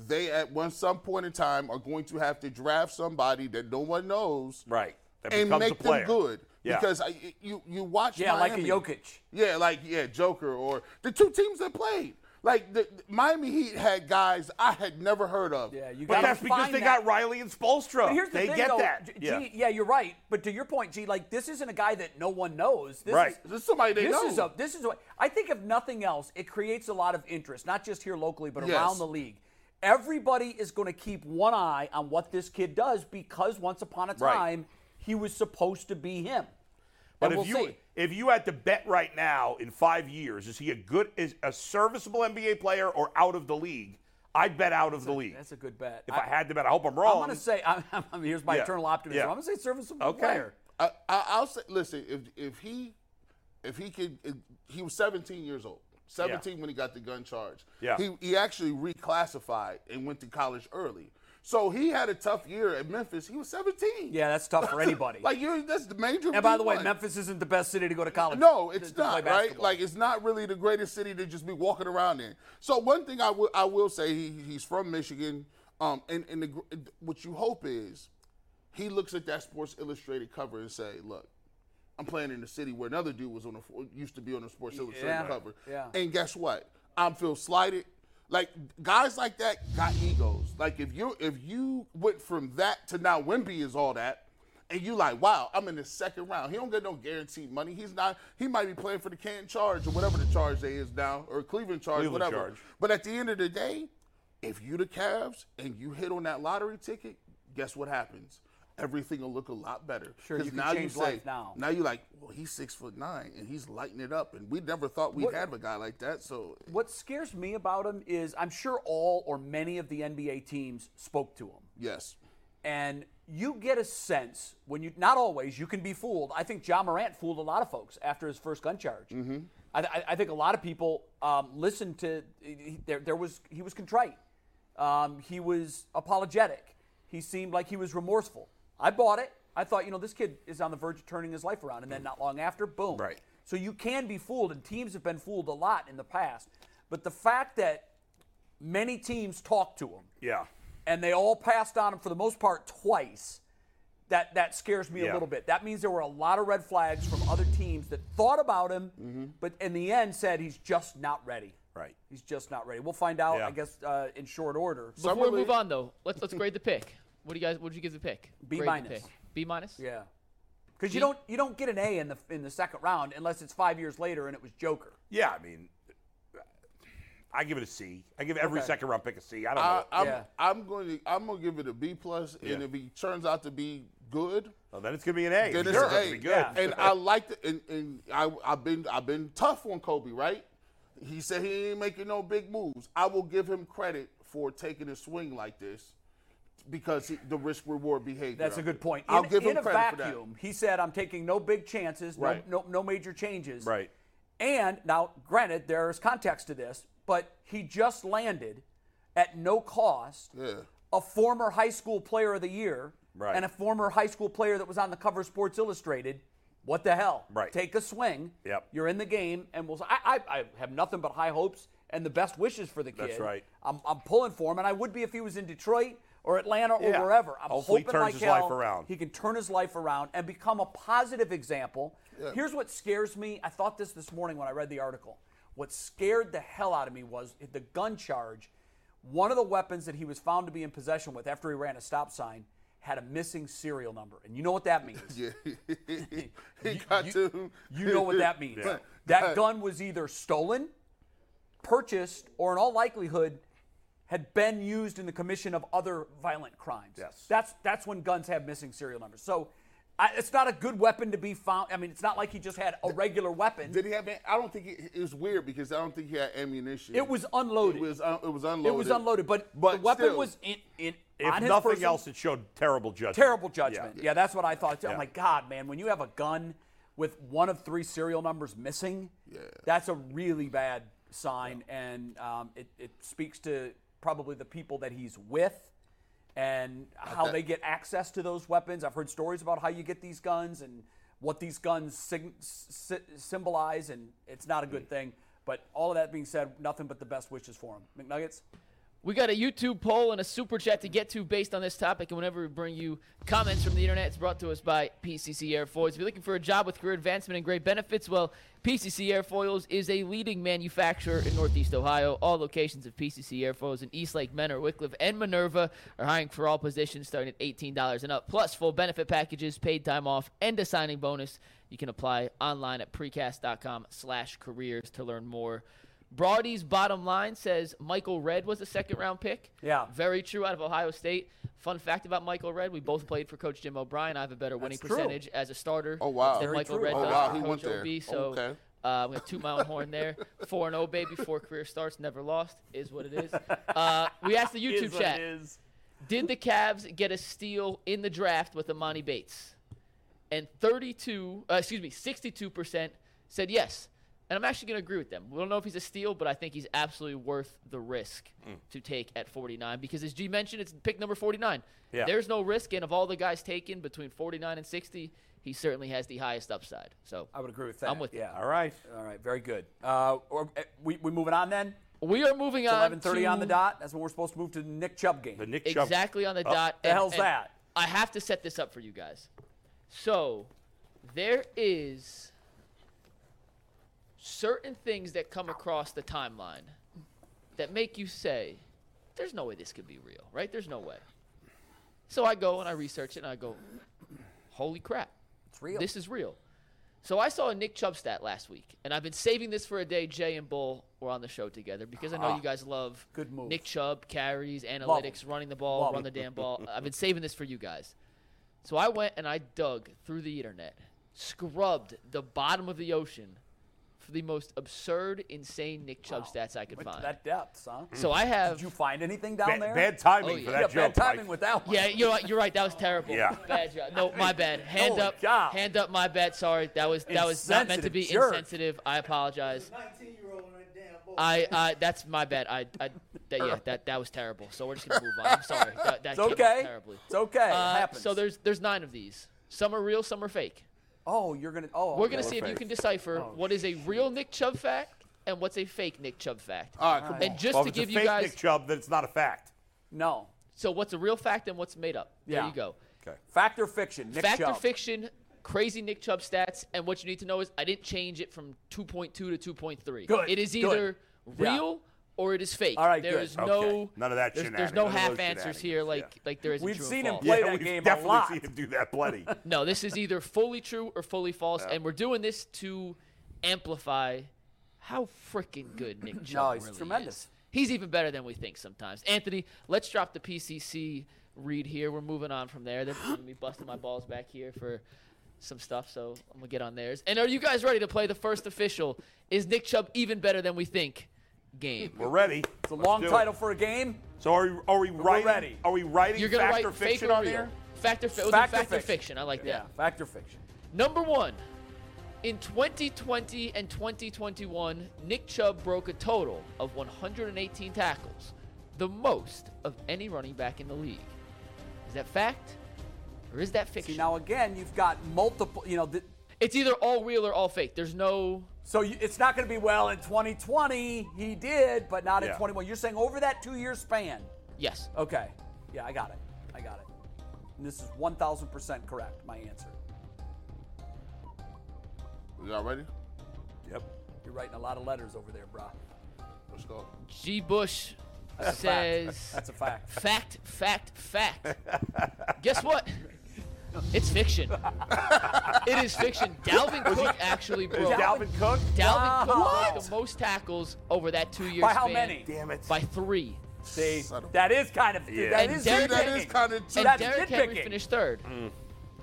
Speaker 3: they at one some point in time are going to have to draft somebody that no one knows
Speaker 2: right, that
Speaker 3: and
Speaker 2: becomes a
Speaker 3: make them
Speaker 2: player.
Speaker 3: good.
Speaker 2: Yeah.
Speaker 3: Because I, you you watch
Speaker 1: Yeah, like a
Speaker 3: Miami.
Speaker 1: Jokic.
Speaker 3: Yeah, like yeah, Joker or the two teams that played. Like the, the Miami Heat had guys I had never heard of.
Speaker 1: Yeah, you
Speaker 2: But
Speaker 1: gotta
Speaker 2: that's because
Speaker 1: find
Speaker 2: they
Speaker 1: that.
Speaker 2: got Riley and Spolstra.
Speaker 1: But here's the
Speaker 2: they
Speaker 1: thing,
Speaker 2: get
Speaker 1: though,
Speaker 2: that.
Speaker 1: G- G- yeah. you're right. But to your point, G, like this isn't a guy that no one knows. This
Speaker 2: Right.
Speaker 1: Is,
Speaker 3: This is somebody they
Speaker 1: this
Speaker 3: know.
Speaker 1: is a this is what I think. If nothing else, it creates a lot of interest, not just here locally, but
Speaker 3: Yes.
Speaker 1: around the league. Everybody is going to keep one eye on what this kid does because once upon a
Speaker 2: Right.
Speaker 1: time he was supposed to be him.
Speaker 2: But
Speaker 1: And
Speaker 2: if
Speaker 1: we'll
Speaker 2: you
Speaker 1: see.
Speaker 2: if you had to bet right now in five years, is he a good is a serviceable NBA player or out of the league? I'd bet out of the league.
Speaker 1: That's a good bet.
Speaker 2: if I, had to bet, I hope I'm
Speaker 1: I'm
Speaker 2: wrong.
Speaker 1: going to say [laughs] I'm, I'm, here's my
Speaker 2: Yeah.
Speaker 1: eternal optimism.
Speaker 2: Yeah.
Speaker 1: I'm going to say serviceable
Speaker 2: Okay.
Speaker 1: player.
Speaker 3: I, I, I'll say, listen, if if he if he could, if- he was 17 years old. 17 when he got the gun charge.
Speaker 2: Yeah.
Speaker 3: He he actually reclassified and went to college early. So he had a tough year at Memphis. He was 17.
Speaker 1: Yeah, that's tough for anybody.
Speaker 3: Like you, that's the major.
Speaker 1: and by the way,
Speaker 3: D1.
Speaker 1: Memphis isn't the best city to go to college.
Speaker 3: No,
Speaker 1: to-
Speaker 3: it's
Speaker 1: to play
Speaker 3: not right.
Speaker 1: basketball.
Speaker 3: Like it's not really the greatest city to just be walking around in. So one thing I will I will say he, he's from Michigan, um, and and the, gr- what you hope is he looks at that Sports Illustrated cover and say, look. I'm playing in the city where another dude was on the used to be on the Sports Illustrated
Speaker 1: Yeah.
Speaker 3: cover,
Speaker 1: Yeah.
Speaker 3: and guess what? I feel slighted. Like guys like that got egos. Like if you if you went from that to now Wimby is all that, and you like, wow, I'm in the second round. He don't get no guaranteed money. He's not. He might be playing for the Canton Charge or whatever the charge they is now, or Cleveland Charge,
Speaker 2: Cleveland
Speaker 3: whatever.
Speaker 2: Charge.
Speaker 3: But at the end of the day, if you the Cavs and you hit on that lottery ticket, guess what happens? Everything will look a lot better.
Speaker 1: Sure,
Speaker 3: 'Cause
Speaker 1: you can change life now.
Speaker 3: Now you're like, well, he's six foot nine and he's lighting it up, and we never thought we'd
Speaker 1: What-
Speaker 3: have a guy like that. So
Speaker 1: What scares me about him is I'm sure all or many of the NBA teams spoke to him.
Speaker 3: yes,
Speaker 1: And you get a sense when you, not always, you can be fooled. I think John Morant fooled a lot of folks after his first gun charge. Mm-hmm. I, I, I think a lot of people um, listened to, he- there, there was, he was contrite. Um, he was apologetic. He seemed like he was remorseful. I bought it. I thought, you know, this kid is on the verge of turning his life around. And then not long after, boom.
Speaker 2: Mm. Right.
Speaker 1: So you can be fooled, and teams have been fooled a lot in the past. But the fact that many teams talked to him,
Speaker 2: yeah,
Speaker 1: and they all passed on him for the most part twice. That that scares me a
Speaker 2: Yeah.
Speaker 1: little bit. That means there were a lot of red flags from other teams that thought about him,
Speaker 3: Mm-hmm.
Speaker 1: but in the end said he's just not ready.
Speaker 2: right.
Speaker 1: He's just not ready. We'll find out,
Speaker 2: Yeah.
Speaker 1: I guess, uh, in short order.
Speaker 4: Before we move on though, let's
Speaker 1: [laughs]
Speaker 4: let's grade the pick. What do you guys? What would you give the pick?
Speaker 1: B
Speaker 4: Grade the
Speaker 1: minus.
Speaker 4: pick. B minus.
Speaker 1: yeah, because you don't you don't get an A in the in the second round unless it's five years later and it was Joker.
Speaker 2: Yeah, I mean, I give it a C. I give every
Speaker 1: Okay. Uh,
Speaker 2: second round pick a C. I don't
Speaker 3: I,
Speaker 2: know.
Speaker 3: I'm
Speaker 1: Oh, Yeah.
Speaker 3: I'm going to I'm going to give it a B plus, and
Speaker 2: Yeah.
Speaker 3: if he turns out to be good,
Speaker 2: Well, Oh, then it's gonna be an A.
Speaker 3: then it's
Speaker 2: sure,
Speaker 3: an
Speaker 2: gonna
Speaker 3: A.
Speaker 2: be good.
Speaker 1: Yeah.
Speaker 3: And I like the and, and I I've been I've been tough on Kobe, right? He said he ain't making no big moves. I will give him credit for taking a swing like this because he, the risk reward behavior.
Speaker 1: That's a
Speaker 3: of
Speaker 1: good
Speaker 3: it.
Speaker 1: point.
Speaker 3: I'll
Speaker 1: in,
Speaker 3: give him
Speaker 1: in a
Speaker 3: credit for
Speaker 1: vacuum, he said, "I'm taking no big chances, no-
Speaker 3: Right.
Speaker 1: no, no major changes."
Speaker 2: Right.
Speaker 1: And now, granted, there is context to this, but he just landed at no cost
Speaker 3: that. Yeah.
Speaker 1: a former high school player of the year
Speaker 2: Right.
Speaker 1: and a former high school player that was on the cover of Sports Illustrated. What the hell?
Speaker 2: Right.
Speaker 1: Take a swing.
Speaker 2: Yep.
Speaker 1: You're in the game, and we'll. I, I, I have nothing but high hopes and the best wishes for the kid.
Speaker 2: That's right.
Speaker 1: I'm, I'm pulling for him, and I would be if he was in Detroit or Atlanta or
Speaker 2: Yeah.
Speaker 1: wherever. I'm
Speaker 2: Hopefully he
Speaker 1: hoping
Speaker 2: turns
Speaker 1: like
Speaker 2: his
Speaker 1: hell
Speaker 2: life around.
Speaker 1: He can turn his life around and become a positive example. Here's what scares me. I thought this this morning when I read the article. What scared the hell out of me was the gun charge. One of the weapons that he was found to be in possession with after he ran a stop [laughs] sign had a missing serial number. And you know what that means.
Speaker 3: [laughs] he got to.
Speaker 1: You know what that means. That gun was either stolen, purchased, or in all likelihood had been used in the commission of other violent crimes.
Speaker 2: Yes.
Speaker 1: That's that's when guns have missing serial numbers. So I- I, it's not a good weapon to be found. I mean, it's not like he just had a regular weapon.
Speaker 3: Did he have? I don't think it, it was weird because I don't think he had ammunition.
Speaker 1: It was unloaded.
Speaker 3: It was un, it was unloaded.
Speaker 1: It was unloaded, but,
Speaker 3: But
Speaker 1: the weapon
Speaker 3: still.
Speaker 1: was in, in
Speaker 2: If
Speaker 1: on his
Speaker 2: nothing
Speaker 1: person.
Speaker 2: else, it showed terrible judgment.
Speaker 1: Terrible judgment. Yeah,
Speaker 2: Yeah.
Speaker 1: that's what I thought. too. I'm
Speaker 2: Yeah.
Speaker 1: like, God, man, when you have a gun with one of three serial numbers missing, that's a really bad sign, and um, it, it speaks to probably the people that he's with and how they get access to those weapons. I've heard stories about how you get these guns and what these guns sig- sy- symbolize, and it's not a
Speaker 2: Mm.
Speaker 1: good thing. But all of that being said, nothing but the best wishes for him. McNuggets?
Speaker 4: We got a YouTube poll and a super chat to get to based on this topic. And whenever we bring you comments from the internet, it's brought to us by PCC Airfoils. If you're looking for a job with career advancement and great benefits, well, PCC Airfoils is a leading manufacturer in Northeast Ohio. All locations of PCC Airfoils in Eastlake, Menor, Wickliffe, and Minerva are hiring for all positions starting at $18 and up, plus full benefit packages, paid time off, and a signing bonus. You can apply online at precast.com slash careers to learn more. Brody's bottom line says Michael Red was a second round pick.
Speaker 1: Yeah.
Speaker 4: Very true out of Ohio State. Fun fact about Michael Red, we both played for Coach Jim O'Brien. I have a better winning
Speaker 1: true.
Speaker 4: percentage as a starter
Speaker 3: Oh, wow.
Speaker 4: than
Speaker 3: Very
Speaker 4: Michael
Speaker 1: true.
Speaker 4: Red
Speaker 1: Oh,
Speaker 4: does
Speaker 3: wow,
Speaker 4: for
Speaker 3: he
Speaker 4: Coach
Speaker 3: went there.
Speaker 4: OB. So
Speaker 3: Okay.
Speaker 4: uh, we have two mile horn there. [laughs] Four and O baby, four career starts, never lost, is what it is. Uh, we asked the YouTube chat. Did the Cavs get a steal in the draft with Amani Bates? And 32, uh, excuse me, 62% said yes. And I'm actually going to agree with them. We don't know if he's a steal, but I think he's absolutely worth the risk to take at 49 because, as G mentioned, it's pick number 49.
Speaker 2: Yeah.
Speaker 4: There's no risk, and of all the guys taken between 49 and 60, he certainly has the highest upside. So
Speaker 1: I would agree with that.
Speaker 4: I'm with you.
Speaker 1: yeah.
Speaker 2: All right.
Speaker 1: All right, very good. Uh, or, uh, we we moving on then.
Speaker 4: we are moving on.
Speaker 1: Eleven thirty on the
Speaker 4: Uh, to-
Speaker 1: dot. That's when we're supposed to move to the Nick Chubb game.
Speaker 2: The Nick Chubb.
Speaker 4: Exactly on the dot.
Speaker 1: the hell's that?
Speaker 4: I have to set this up for you guys. So, there is certain things that come across the timeline that make you say, "There's no way this could be real, right? There's no way." So I go and I research it and I go, "Holy crap,
Speaker 1: it's real.
Speaker 4: this is real." So I saw a Nick Chubb stat last week, and I've been saving this for a day. Jay and Bull were on the show together because I know you guys love
Speaker 1: Ah, Good move.
Speaker 4: Nick Chubb carries,
Speaker 1: Love
Speaker 4: analytics,
Speaker 1: him.
Speaker 4: running the ball,
Speaker 1: Love
Speaker 4: run
Speaker 1: him.
Speaker 4: the
Speaker 1: [laughs]
Speaker 4: damn ball. I've been saving this for you guys. So I went and I dug through the internet, scrubbed the bottom of the ocean for the most absurd, insane Nick Chubb stats I could
Speaker 1: Went to
Speaker 4: find.
Speaker 1: that depth, huh?
Speaker 4: so I have.
Speaker 1: Mm. Did you find anything down
Speaker 2: Bad,
Speaker 1: there?
Speaker 2: bad timing
Speaker 4: Oh, yeah.
Speaker 2: for
Speaker 1: yeah,
Speaker 2: that
Speaker 1: bad
Speaker 2: joke.
Speaker 1: timing
Speaker 2: Mike.
Speaker 1: with that one.
Speaker 4: yeah, you're right. You're right. That was terrible.
Speaker 2: Yeah.
Speaker 4: Bad job. No, my bad. Hand
Speaker 1: holy
Speaker 4: up.
Speaker 1: cow.
Speaker 4: Hand up. My bad. Sorry. That was that was not meant to
Speaker 1: Insensitive
Speaker 4: be
Speaker 1: jerk.
Speaker 4: insensitive. I apologize.
Speaker 6: 19 year old right down. Boy.
Speaker 4: I, I that's my bad. I, I that, yeah, that that was terrible. So we're just gonna move on. I'm sorry. That,
Speaker 1: It's
Speaker 4: that came out
Speaker 1: okay.
Speaker 4: terribly.
Speaker 1: It's okay.
Speaker 4: Uh,
Speaker 1: it happens.
Speaker 4: so there's there's nine of these. Some are real, some are fake.
Speaker 1: Oh, you're gonna. Oh,
Speaker 4: We're gonna
Speaker 1: okay.
Speaker 4: see if you can decipher what is a real Nick Chubb fact and what's a fake Nick Chubb fact.
Speaker 3: All right, come
Speaker 4: and
Speaker 3: on.
Speaker 4: just
Speaker 2: Well,
Speaker 4: to
Speaker 2: if it's
Speaker 4: give
Speaker 2: a
Speaker 4: you
Speaker 2: fake
Speaker 4: guys,
Speaker 2: Nick Chubb, then it's not a fact.
Speaker 1: No.
Speaker 4: so what's a real fact and what's made up? There
Speaker 1: Yeah.
Speaker 4: you go.
Speaker 1: Fact or fiction? Nick
Speaker 4: fact or
Speaker 1: Chubb.
Speaker 4: fiction? Crazy Nick Chubb stats, and what you need to know is I didn't change it from 2.2 to 2.3.
Speaker 1: Good,
Speaker 4: It is
Speaker 1: good.
Speaker 4: either
Speaker 1: Yeah.
Speaker 4: real or it is fake.
Speaker 1: All right,
Speaker 4: There
Speaker 1: good.
Speaker 4: is
Speaker 2: Okay.
Speaker 4: no
Speaker 2: None of that
Speaker 4: There's, there's
Speaker 2: shenanigans.
Speaker 4: no
Speaker 2: None of those
Speaker 4: half answers
Speaker 2: shenanigans.
Speaker 4: here, like
Speaker 2: Yeah.
Speaker 4: like there is.
Speaker 1: We've
Speaker 4: true or
Speaker 1: seen him
Speaker 4: false.
Speaker 1: play
Speaker 2: yeah,
Speaker 1: that
Speaker 2: we've
Speaker 1: game a
Speaker 2: definitely
Speaker 1: lot.
Speaker 2: seen him do that plenty.
Speaker 4: No, this is either fully true or fully false, and we're doing this to amplify how freaking
Speaker 1: [clears throat]
Speaker 4: good Nick Chubb
Speaker 1: he's
Speaker 4: really
Speaker 1: tremendous.
Speaker 4: is. He's even better than we think sometimes. Anthony, let's drop the PCC read here. We're moving on from there. They're going to be busting my balls back here for some stuff, so I'm going to get on theirs. And are you guys ready to play the first official? Is Nick Chubb even better than we think? Game.
Speaker 2: We're ready.
Speaker 1: [laughs] It's a long title for a game.
Speaker 2: So are we, are we writing?
Speaker 1: ready.
Speaker 2: Are we writing
Speaker 4: You're going to
Speaker 2: fact
Speaker 4: write
Speaker 2: or
Speaker 4: fake
Speaker 2: fiction
Speaker 4: or
Speaker 2: on
Speaker 4: real.
Speaker 2: there?
Speaker 4: Fact or, fi- it was a
Speaker 1: Fact or
Speaker 4: fact or
Speaker 1: fiction.
Speaker 4: fiction. I like that.
Speaker 1: Yeah. Fact or fiction?
Speaker 4: Number one, in 2020 and 2021, Nick Chubb broke a total of 118 tackles, the most of any running back in the league. Is that fact or is that
Speaker 1: See,
Speaker 4: fiction?
Speaker 1: now again, you've got multiple. You know, th-
Speaker 4: it's either all real or all fake. There's no.
Speaker 1: so you, it's not gonna be well in 2020. He did, but not in
Speaker 2: Yeah.
Speaker 1: 21. You're saying over that two-year span.
Speaker 4: Yes.
Speaker 1: Okay. Yeah, I got it. I got it. And this is 1000% correct, my answer.
Speaker 3: Y'all ready?
Speaker 2: Yep.
Speaker 1: You're writing a lot of letters over there, brah.
Speaker 3: Let's go.
Speaker 1: [laughs]
Speaker 4: G. Bush says
Speaker 1: That's a fact.
Speaker 2: [laughs]
Speaker 4: fact, fact, fact.
Speaker 1: [laughs]
Speaker 4: Guess what? It's fiction. it is fiction. Dalvin Cook actually broke.
Speaker 2: Is Dalvin Cook?
Speaker 4: Dalvin Cook
Speaker 1: Wow.
Speaker 4: broke the most tackles over that two year
Speaker 1: By how
Speaker 4: span
Speaker 1: many?
Speaker 2: Damn it.
Speaker 4: By three.
Speaker 1: See,
Speaker 3: Son of a-
Speaker 1: that is kind of
Speaker 2: Yeah.
Speaker 1: that
Speaker 4: And
Speaker 1: is
Speaker 4: Derrick-
Speaker 3: That is
Speaker 1: nitpicking.
Speaker 3: kind of
Speaker 1: So
Speaker 4: and
Speaker 1: that's
Speaker 4: Derrick Henry
Speaker 1: nitpicking.
Speaker 2: Mm.
Speaker 4: finished third.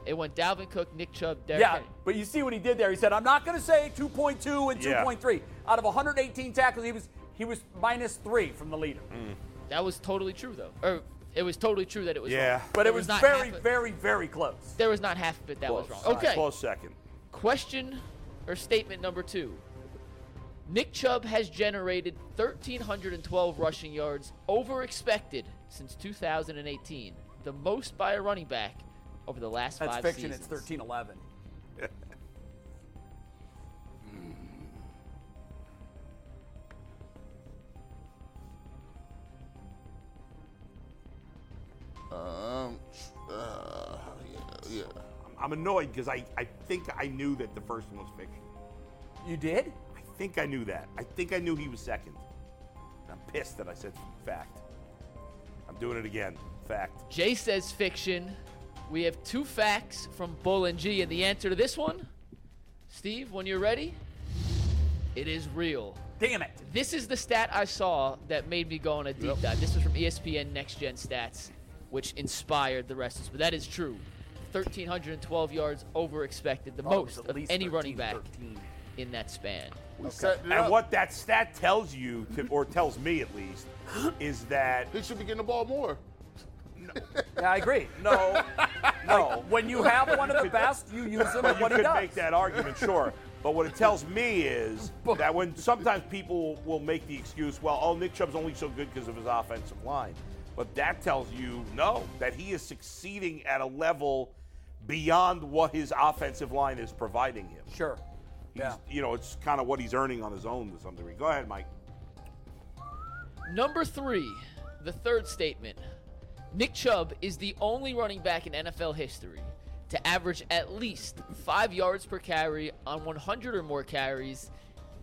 Speaker 4: It went Dalvin Cook, Nick Chubb, Derrick
Speaker 1: Yeah,
Speaker 4: Henry.
Speaker 1: but you see what he did there. He said, "I'm not going to say 2.2 and
Speaker 2: Yeah.
Speaker 1: 2.3 out of 118 tackles. He was he was minus three from the leader,
Speaker 4: Mm. That was totally true, though. Or it was totally true that it was
Speaker 2: Yeah.
Speaker 4: wrong.
Speaker 1: but
Speaker 4: There
Speaker 1: it was,
Speaker 4: not
Speaker 1: very,
Speaker 4: half of-
Speaker 1: very, very close."
Speaker 4: There was not half of it that was
Speaker 2: Close.
Speaker 4: wrong. Okay.
Speaker 2: Close second.
Speaker 4: Question or statement number two. Nick Chubb has generated 1,312 rushing yards over expected since 2018, the most by a running back over the last
Speaker 1: That's
Speaker 4: five
Speaker 1: fiction.
Speaker 4: seasons.
Speaker 1: It's 1311.
Speaker 3: Um, uh, yeah, yeah.
Speaker 2: I'm- I'm annoyed because I, I think I knew that the first one was fiction.
Speaker 1: You did?
Speaker 2: I think I knew that. I think I knew he was second. And I'm pissed that I said fact. I'm doing it again. Fact.
Speaker 4: Jay says fiction. We have two facts from Bull and G, and the answer to this one, Steve, when you're ready, it is real.
Speaker 1: Damn it!
Speaker 4: This is the stat I saw that made me go on a deep dive. This was from E ESPN Next Gen Stats, which inspired the rest of us. But that is true. 1,312 yards over expected, the
Speaker 1: Oh, it was
Speaker 4: most
Speaker 1: at
Speaker 4: of
Speaker 1: least
Speaker 4: any
Speaker 1: 13,
Speaker 4: running back
Speaker 1: 13.
Speaker 4: in that span.
Speaker 3: We set it
Speaker 2: And
Speaker 3: up.
Speaker 2: what that stat tells you, to, or tells me at least, is
Speaker 1: [laughs]
Speaker 2: that
Speaker 3: He should be getting the ball more.
Speaker 1: Yeah, I agree.
Speaker 3: [laughs]
Speaker 2: [laughs] no, no.
Speaker 1: When you have one of the best, you use him.
Speaker 2: But
Speaker 1: at
Speaker 2: you
Speaker 1: what he
Speaker 2: could
Speaker 1: does.
Speaker 2: make that argument, sure. But what it tells
Speaker 1: [laughs]
Speaker 2: me is that when sometimes people will make the excuse, well, oh, Nick Chubb's only so good because of his offensive line. But that tells you no, that he is succeeding at a level beyond what his offensive line is providing him.
Speaker 1: Sure.
Speaker 2: He's,
Speaker 1: Yeah.
Speaker 2: You know, it's kind of what he's earning on his own to some degree. Go ahead, Mike.
Speaker 4: Number three, the third statement. Nick Chubb is the only running back in NFL history to average at least five yards per carry on 100 or more carries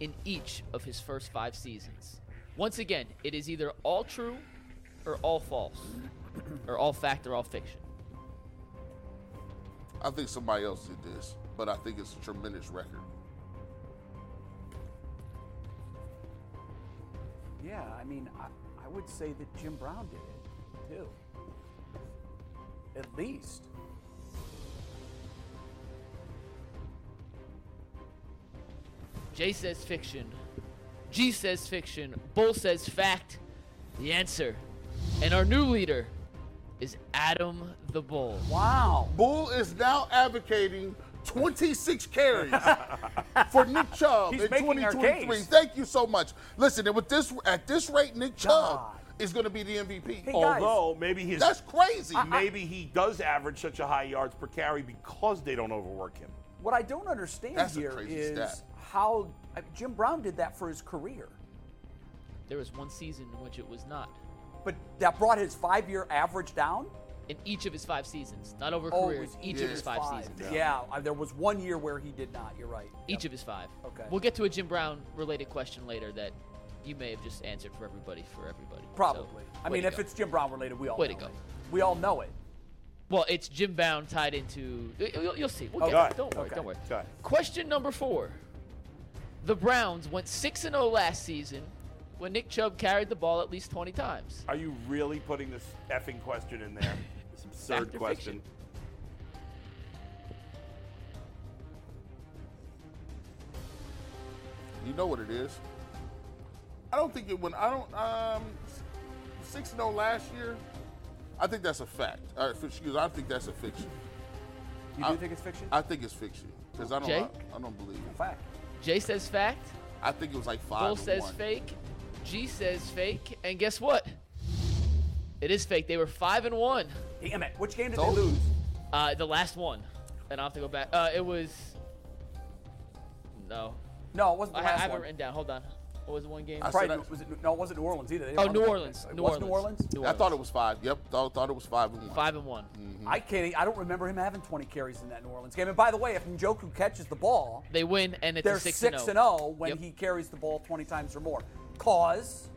Speaker 4: in each of his first five seasons. Once again, it is either all true or all false, or all fact or all fiction.
Speaker 3: I think somebody else did this, but I think it's a tremendous record.
Speaker 1: Yeah, I mean, I, I would say that Jim Brown did it too. At least.
Speaker 4: Jay says fiction. G says fiction. Bull says fact. The answer. And our new leader is Adam the Bull.
Speaker 1: Wow.
Speaker 3: Bull is now advocating 26 [laughs] carries for Nick Chubb
Speaker 1: He's
Speaker 3: in
Speaker 1: making our
Speaker 3: 2023.
Speaker 1: case.
Speaker 3: Thank you so much. Listen, and with this at this rate, Nick Chubb
Speaker 1: God.
Speaker 3: is going to be the MVP.
Speaker 1: Hey, guys.
Speaker 2: Although maybe his
Speaker 3: Oh, That's crazy.
Speaker 2: maybe he does average such a high yards per carry because they don't overwork him.
Speaker 1: What I don't understand
Speaker 3: That's a
Speaker 1: here
Speaker 3: crazy
Speaker 1: is
Speaker 3: stat.
Speaker 1: how I mean, Jim Brown did that for his career,
Speaker 4: There was one season in which it was not.
Speaker 1: but that brought his five-year average down.
Speaker 4: In each of his five seasons, not over
Speaker 1: Oh, it
Speaker 4: career.
Speaker 1: was
Speaker 4: Each
Speaker 3: yeah.
Speaker 4: of his five, seasons.
Speaker 1: Yeah, I- there was one year where he did not. You're right.
Speaker 4: Each of his five.
Speaker 1: Okay.
Speaker 4: We'll get to a Jim Brown related question later that you may have just answered for everybody for everybody. So,
Speaker 1: Probably. I
Speaker 4: way
Speaker 1: mean,
Speaker 4: to
Speaker 1: if
Speaker 4: go.
Speaker 1: it's Jim Brown related, we all
Speaker 4: Way
Speaker 1: know
Speaker 4: to go.
Speaker 1: it. We all know it.
Speaker 4: well, it's Jim Brown tied into. You'll, you'll see. We'll get
Speaker 2: Okay.
Speaker 4: there. Don't worry.
Speaker 1: Okay.
Speaker 4: Don't worry.
Speaker 2: Okay.
Speaker 4: Question number four. The Browns went six and zero last season when Nick Chubb carried the ball at least twenty times.
Speaker 2: Are you really putting this effing question in there? This absurd
Speaker 4: Fact or
Speaker 2: question.
Speaker 4: fiction?
Speaker 3: You know what it is. I don't think it went. I don't. Um, six and zero last year. I think that's a fact. Uh, f- excuse. I think that's a fiction.
Speaker 1: You do
Speaker 4: Uh,
Speaker 3: I-
Speaker 1: think it's fiction?
Speaker 3: I think it's fiction because I don't.
Speaker 4: Jake?
Speaker 3: I, I don't believe it.
Speaker 1: Fact.
Speaker 4: Jay says fact.
Speaker 3: I think it was like five.
Speaker 4: Bull
Speaker 3: to
Speaker 4: says
Speaker 3: one.
Speaker 4: fake. G says fake. And guess what? It is fake. They were five and one.
Speaker 1: Damn it! Which game did
Speaker 3: Told
Speaker 1: they
Speaker 3: you.
Speaker 1: lose?
Speaker 4: Uh, the last one. And I have to go back. Uh, it was. No.
Speaker 1: No, it wasn't
Speaker 4: I,
Speaker 1: the
Speaker 4: I
Speaker 1: last
Speaker 4: have it
Speaker 1: one.
Speaker 4: written down. Hold on. What was the one game?
Speaker 3: I
Speaker 1: Probably,
Speaker 3: said I-
Speaker 1: was it, no, it wasn't New Orleans either. They
Speaker 4: oh,
Speaker 1: won
Speaker 4: New
Speaker 1: the-
Speaker 4: Orleans.
Speaker 1: It
Speaker 4: New
Speaker 1: was
Speaker 4: Orleans.
Speaker 1: New Orleans.
Speaker 4: New
Speaker 3: I
Speaker 4: Orleans.
Speaker 3: thought it was five. Yep. Thought, thought it was five and one.
Speaker 4: five and one.
Speaker 1: I can't. e- I don't remember him having 20 carries in that New Orleans game. And by the way, if Njoku catches the ball,
Speaker 4: They win, and it's
Speaker 1: they're
Speaker 4: a six,
Speaker 1: six and oh.
Speaker 4: and oh. zero.
Speaker 1: zero when
Speaker 4: Yep.
Speaker 1: he carries the ball 20 times or more. Cause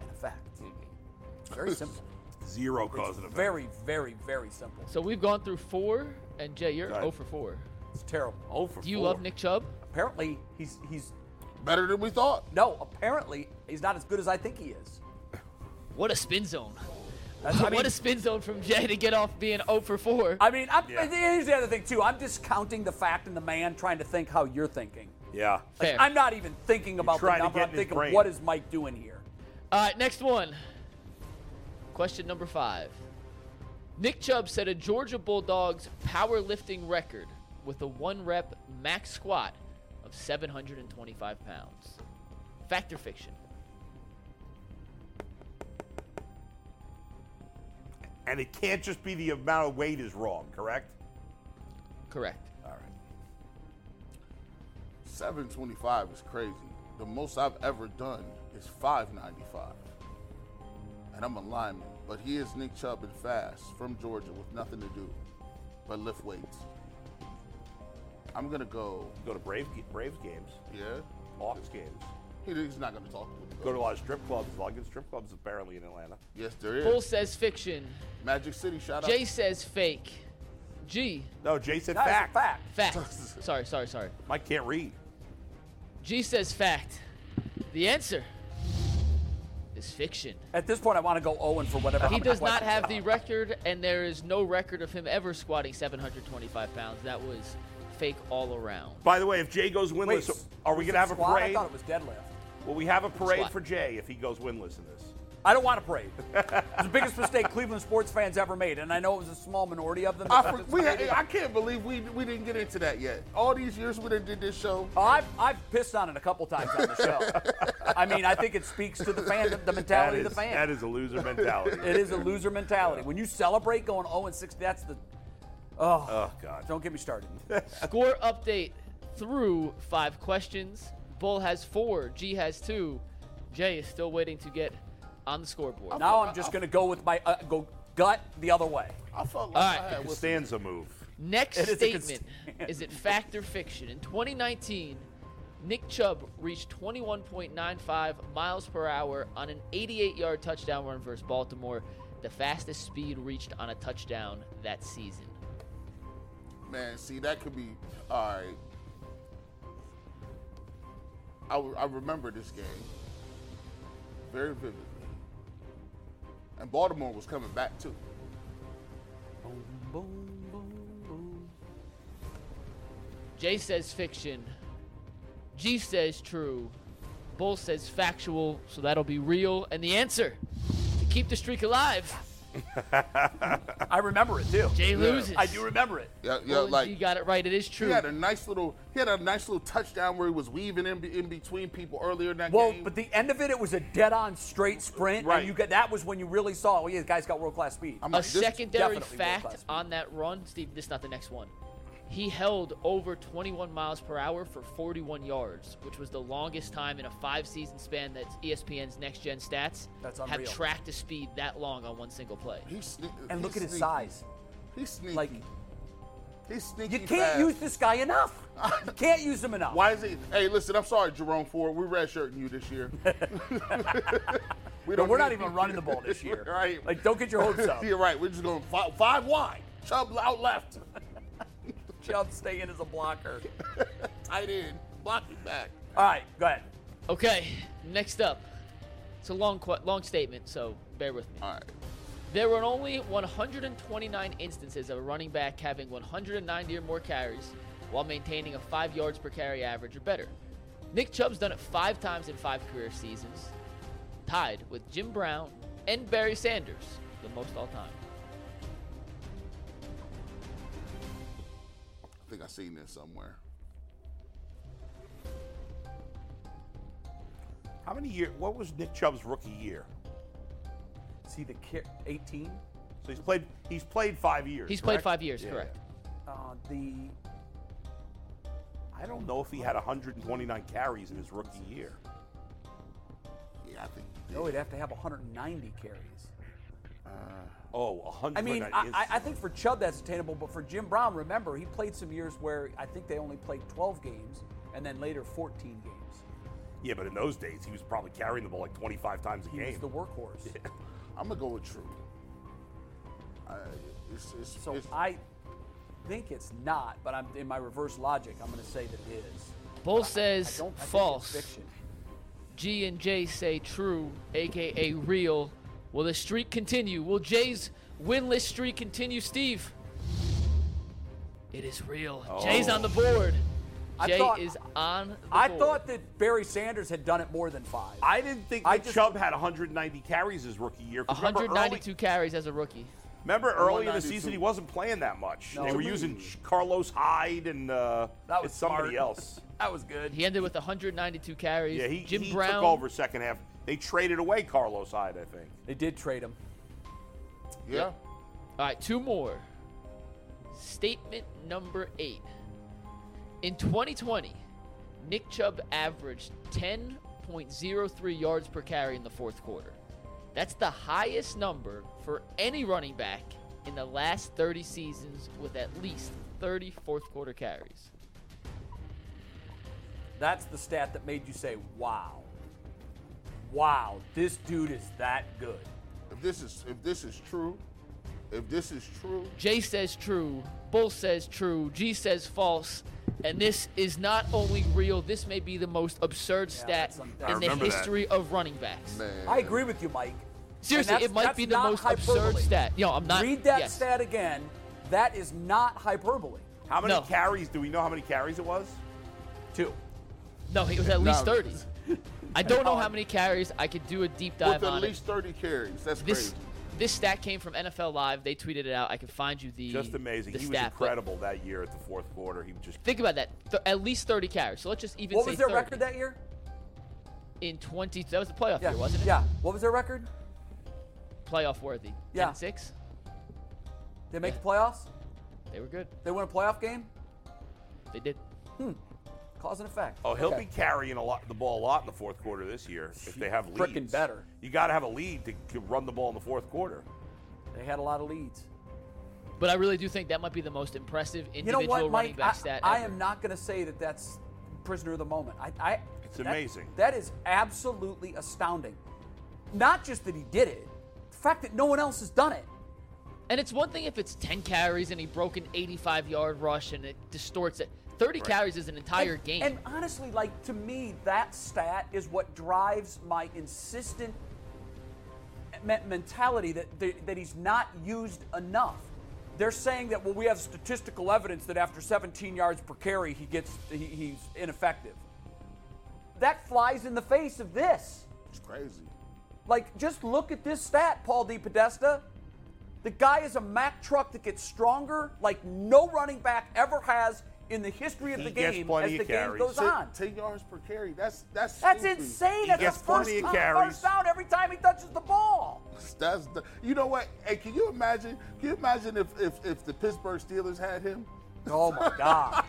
Speaker 1: and effect.
Speaker 4: Mm-hmm.
Speaker 1: Very simple.
Speaker 2: [laughs] Zero cause and effect.
Speaker 1: Very, very, very simple.
Speaker 4: So we've gone through four, and Jay, you're
Speaker 2: Right.
Speaker 4: 0 for four.
Speaker 1: It's terrible.
Speaker 2: Oh, for
Speaker 4: Do you
Speaker 2: four.
Speaker 4: love Nick Chubb?
Speaker 1: Apparently, he's he's
Speaker 3: Better than we thought.
Speaker 1: no. Apparently, he's not as good as I think he is.
Speaker 4: [laughs] What a spin zone.
Speaker 1: That's, I mean,
Speaker 4: what a spin zone from Jay to get off being 0 for 4.
Speaker 1: I mean I'm, here's the other thing too. I'm discounting the fact and the man trying to think how you're thinking.
Speaker 2: Yeah.
Speaker 4: Fair.
Speaker 1: I'm not even thinking about the
Speaker 2: trying to
Speaker 1: number.
Speaker 2: get
Speaker 1: I'm
Speaker 2: in his
Speaker 1: thinking,
Speaker 2: brain.
Speaker 1: what is Mike doing here?
Speaker 4: All right, next one. Question number five. Nick Chubb set a Georgia Bulldogs powerlifting record with a one rep max squat of 725 pounds. Fact or fiction?
Speaker 2: And it can't just be the amount of weight is wrong, correct?
Speaker 4: Correct.
Speaker 2: All right.
Speaker 3: 725 is crazy. The most I've ever done is 595. And I'm a lineman, but he is Nick Chubb and fast from Georgia with nothing to do but lift weights. I'm gonna go.
Speaker 2: Go to Brave, Braves games,
Speaker 3: Yeah,
Speaker 2: Hawks games.
Speaker 3: he, he's not gonna talk.
Speaker 2: Go to a lot of strip clubs. A lot of good strip clubs apparently in Atlanta.
Speaker 3: Yes, there is
Speaker 4: Bull says fiction.
Speaker 3: Magic City. Shout out.
Speaker 4: Jay says fake. G,
Speaker 2: No, Jay said
Speaker 1: That's
Speaker 2: fact.
Speaker 1: a fact.
Speaker 4: fact. sorry, sorry, sorry.
Speaker 2: Mike can't read.
Speaker 4: G says fact. The answer is fiction.
Speaker 1: At this point, I want to go Owen for whatever.
Speaker 4: He does not have the record, and there is no record of him ever squatting 725 pounds. That was fake all around.
Speaker 2: By the way, if Jay goes winless,
Speaker 1: Wait,
Speaker 2: are we
Speaker 1: was
Speaker 2: going
Speaker 1: it
Speaker 2: to have a
Speaker 1: squat? I
Speaker 2: parade?
Speaker 1: thought it was deadlift.
Speaker 2: Will we have a parade
Speaker 4: Squat.
Speaker 2: for Jay if he goes winless in this?
Speaker 1: I don't want to parade. it's the biggest mistake Cleveland sports fans ever made, and I know it was a small minority of them.
Speaker 3: I,
Speaker 1: that
Speaker 3: for, we,
Speaker 1: participated.
Speaker 3: I can't believe we we didn't get into that yet. All these years we done did this show.
Speaker 1: Oh, I've, I've pissed on it a couple times on the show. I mean, I think it speaks to the fan, the
Speaker 2: That
Speaker 1: mentality
Speaker 2: is,
Speaker 1: of the fan.
Speaker 2: that is a loser mentality.
Speaker 1: [laughs] It is a loser mentality. When you celebrate going 0 and 6, that's the.
Speaker 2: Oh God.
Speaker 1: Don't get me started.
Speaker 4: Score update through five questions. Bull has four, G has two. Jay is still waiting to get on the scoreboard.
Speaker 1: Now I'm just going to go with my uh, go gut the other way.
Speaker 3: I felt like
Speaker 4: All right.
Speaker 3: I had what's
Speaker 2: Costanza move.
Speaker 4: Next
Speaker 1: It is a good
Speaker 4: statement is it fact or fiction? In 2019, Nick Chubb reached 21.95 miles per hour on an 88 yard touchdown run versus Baltimore, the fastest speed reached on a touchdown that season.
Speaker 3: Man, see, that could be all right. I, w- I remember this game very vividly, and Baltimore was coming back too.
Speaker 4: Jay says fiction. G says true. Bull says factual, so that'll be real. And the answer to keep the streak alive,
Speaker 1: I remember it too.
Speaker 4: Jay loses.
Speaker 1: I do remember it.
Speaker 3: Yeah, yeah,
Speaker 4: Bull and
Speaker 3: like
Speaker 4: G got it right. It is
Speaker 3: he
Speaker 4: true.
Speaker 3: had a nice little he had a nice little touchdown where he was weaving in, be- in between people earlier in that
Speaker 1: Well,
Speaker 3: game.
Speaker 1: but the end of it, it was a dead-on straight sprint,
Speaker 2: Right.
Speaker 1: and you get that was when you really saw, oh yeah, the guy's got world-class speed.
Speaker 3: I'm
Speaker 4: A
Speaker 3: like, this-
Speaker 4: secondary
Speaker 1: definitely
Speaker 4: fact
Speaker 1: world-class speed.
Speaker 4: on that run, Steve, this is not the next one. He held over 21 miles per hour for 41 yards, which was the longest time in a five season span that E ESPN's next gen stats
Speaker 1: That's
Speaker 4: have
Speaker 1: unreal.
Speaker 4: tracked a speed that long on one single play.
Speaker 3: he sne-
Speaker 1: and
Speaker 3: he's
Speaker 1: look at his
Speaker 3: sneaky.
Speaker 1: size.
Speaker 3: He's sneaky.
Speaker 1: Like
Speaker 3: he's sneaky.
Speaker 1: you can't
Speaker 3: fast.
Speaker 1: use this guy enough. you can't use him enough.
Speaker 3: Why is he? Hey, listen, I'm sorry, Jerome Ford. We're redshirting you
Speaker 1: [laughs]
Speaker 3: this year. [laughs] we
Speaker 1: But we're not
Speaker 3: need-
Speaker 1: even running the ball
Speaker 3: [laughs]
Speaker 1: this year.
Speaker 3: right.
Speaker 1: Like, don't get your hopes
Speaker 3: [laughs]
Speaker 1: up.
Speaker 3: You're right. We're just going five, five wide. Chubb out left.
Speaker 1: Chubb staying as a blocker.
Speaker 3: Tight end. Blocking back.
Speaker 1: All right, go ahead.
Speaker 4: Okay, next up. It's a long, qu- long statement, so bear with me.
Speaker 3: All right.
Speaker 4: There were only 129 instances of a running back having 190 or more carries while maintaining a 5 yards per carry average or better. Nick Chubb's done it 5 times in 5 career seasons, tied with Jim Brown and Barry Sanders, the most all time.
Speaker 3: I think I seen this somewhere.
Speaker 2: How many years? What was Nick Chubb's rookie year?
Speaker 1: See the kick, 18.
Speaker 2: So he's played. He's played five years.
Speaker 4: He's played
Speaker 2: correct?
Speaker 4: 5 years,
Speaker 2: Yeah.
Speaker 4: correct.
Speaker 1: Uh, the
Speaker 2: I don't know if he had 129 carries in his rookie year.
Speaker 3: Yeah, I think.
Speaker 1: no, he'd oh, have to have 190 carries.
Speaker 2: Oh,
Speaker 1: I
Speaker 2: 129.
Speaker 1: mean, I,
Speaker 2: is-
Speaker 1: I- I think for Chubb that's attainable, but for Jim Brown, remember he played some years where I think they only played 12 games and then later 14 games.
Speaker 2: yeah, but in those days, he was probably carrying the ball like 25 times a
Speaker 1: He was
Speaker 2: game.
Speaker 1: the
Speaker 2: [laughs]
Speaker 1: workhorse.
Speaker 3: I'm gonna go with True. I, it's, it's,
Speaker 1: So
Speaker 3: it's,
Speaker 1: I think it's not, but I'm in my reverse logic. I'm going to say that it is.
Speaker 4: Bull says
Speaker 1: I don't, I think it's
Speaker 4: false.
Speaker 1: fiction.
Speaker 4: G and J say true, aka real. Will the streak continue? Will Jay's winless streak continue, Steve? It is real. Jay's on the board.
Speaker 1: I
Speaker 4: Jay
Speaker 1: thought-
Speaker 4: is on the
Speaker 1: I
Speaker 4: board.
Speaker 1: thought that Barry Sanders had done it more than five.
Speaker 2: I didn't think
Speaker 1: I
Speaker 2: that
Speaker 1: just-
Speaker 2: Chubb had 190 carries his rookie year. 'cause remember early-
Speaker 4: 192 carries as a rookie.
Speaker 2: Remember early in the
Speaker 3: 192.
Speaker 2: season, he wasn't playing that much.
Speaker 1: No.
Speaker 2: They were
Speaker 1: What do you
Speaker 2: using Carlos Hyde and, uh,
Speaker 1: That was
Speaker 2: and somebody
Speaker 1: smart.
Speaker 2: else.
Speaker 1: that was good.
Speaker 4: He ended with 192 carries.
Speaker 2: Yeah, he,
Speaker 4: Jim
Speaker 2: he
Speaker 4: Brown
Speaker 2: took over second half. They traded away Carlos Hyde, I think.
Speaker 1: They did trade him.
Speaker 3: Yeah.
Speaker 4: All right, two more. Statement number eight. In 2020, Nick Chubb averaged 10.03 yards per carry in the fourth quarter. That's the highest number for any running back in the last 30 seasons with at least 30 fourth quarter carries.
Speaker 1: That's the stat that made you say, "Wow, wow, this dude is that good."
Speaker 3: If this is if this is true, if this is true,
Speaker 4: Jay says true, Bull says true, G says false, and this is not only real, this may be the most absurd stat
Speaker 1: that's un- I
Speaker 4: in the
Speaker 2: remember that.
Speaker 4: history of running backs.
Speaker 3: man.
Speaker 1: I agree with you, Mike.
Speaker 4: Seriously,
Speaker 1: And that's-
Speaker 4: it might
Speaker 1: that's
Speaker 4: be the
Speaker 1: not
Speaker 4: most absurd
Speaker 1: hyperbole.
Speaker 4: stat. Yo, I'm not.
Speaker 1: Read that
Speaker 4: yes.
Speaker 1: stat again. That is not hyperbole.
Speaker 2: How many
Speaker 4: No.
Speaker 2: carries? Do we know how many carries it was?
Speaker 1: Two.
Speaker 4: No, it was at least
Speaker 3: No.
Speaker 4: 30. I
Speaker 1: [laughs]
Speaker 4: don't
Speaker 1: Oh.
Speaker 4: know how many carries. I could do a deep dive
Speaker 3: with at
Speaker 4: on
Speaker 3: least 30 carries. That's
Speaker 4: it. This
Speaker 3: crazy.
Speaker 4: this stat came from NFL Live. They tweeted it out. I can find you the
Speaker 2: Just amazing.
Speaker 4: The
Speaker 2: He was
Speaker 4: stat, but
Speaker 2: incredible that year at the fourth quarter. He just
Speaker 4: Think about that. Th- at least 30 carries. So let's just even
Speaker 1: What
Speaker 4: say
Speaker 1: was their
Speaker 4: 30.
Speaker 1: record that year?
Speaker 4: in 20. That was the playoff
Speaker 1: Yeah,
Speaker 4: year, wasn't it?
Speaker 1: Yeah. What was their record?
Speaker 4: Playoff worthy.
Speaker 1: Yeah.
Speaker 4: 10 6.
Speaker 1: They make the playoffs.
Speaker 4: They were good.
Speaker 1: They win a playoff game.
Speaker 4: They did.
Speaker 1: Cause and effect.
Speaker 2: Oh, he'll
Speaker 1: Okay.
Speaker 2: be carrying a lot the ball a lot in the fourth quarter this year if they have
Speaker 1: Frickin'
Speaker 2: leads.
Speaker 1: better.
Speaker 2: You got to have a lead to, to run the ball in the fourth quarter.
Speaker 1: They had a lot of leads.
Speaker 4: But I really do think that might be the most impressive
Speaker 1: You know
Speaker 4: individual
Speaker 1: what,
Speaker 4: running
Speaker 1: Mike?
Speaker 4: back
Speaker 1: I,
Speaker 4: stat
Speaker 1: I
Speaker 4: ever.
Speaker 1: am not going to say that that's prisoner of the moment. I, I
Speaker 2: It's
Speaker 1: that-
Speaker 2: amazing.
Speaker 1: That is absolutely astounding. Not just that he did it, the fact that no one else has done it.
Speaker 4: And it's one thing if it's 10 carries and he broke an 85 yard rush and it distorts it. 30 carries is an entire
Speaker 1: and,
Speaker 4: game.
Speaker 1: And honestly, like to me, that stat is what drives my insistent me- mentality that that that he's not used enough. They're saying that well, we have statistical evidence that after 17 yards per carry, he gets he, he's ineffective. That flies in the face of this.
Speaker 3: It's crazy.
Speaker 1: Like, just look at this stat, Paul D. Podesta. The guy is a Mack truck that gets stronger, like no running back ever has in the history of
Speaker 2: He
Speaker 1: the
Speaker 2: gets
Speaker 1: game
Speaker 2: plenty
Speaker 1: as
Speaker 2: of
Speaker 1: the game
Speaker 2: carries.
Speaker 1: goes
Speaker 2: Sit-
Speaker 1: on.
Speaker 3: 10 yards per carry. That's that's
Speaker 1: That's
Speaker 3: stupid.
Speaker 1: insane. That's
Speaker 2: gets
Speaker 1: the first,
Speaker 2: plenty of
Speaker 1: time,
Speaker 2: carries.
Speaker 1: first down every time he touches the ball.
Speaker 3: That's the, you know what? Hey, can you imagine? Can you imagine if if, if the Pittsburgh Steelers had him?
Speaker 1: Oh my God.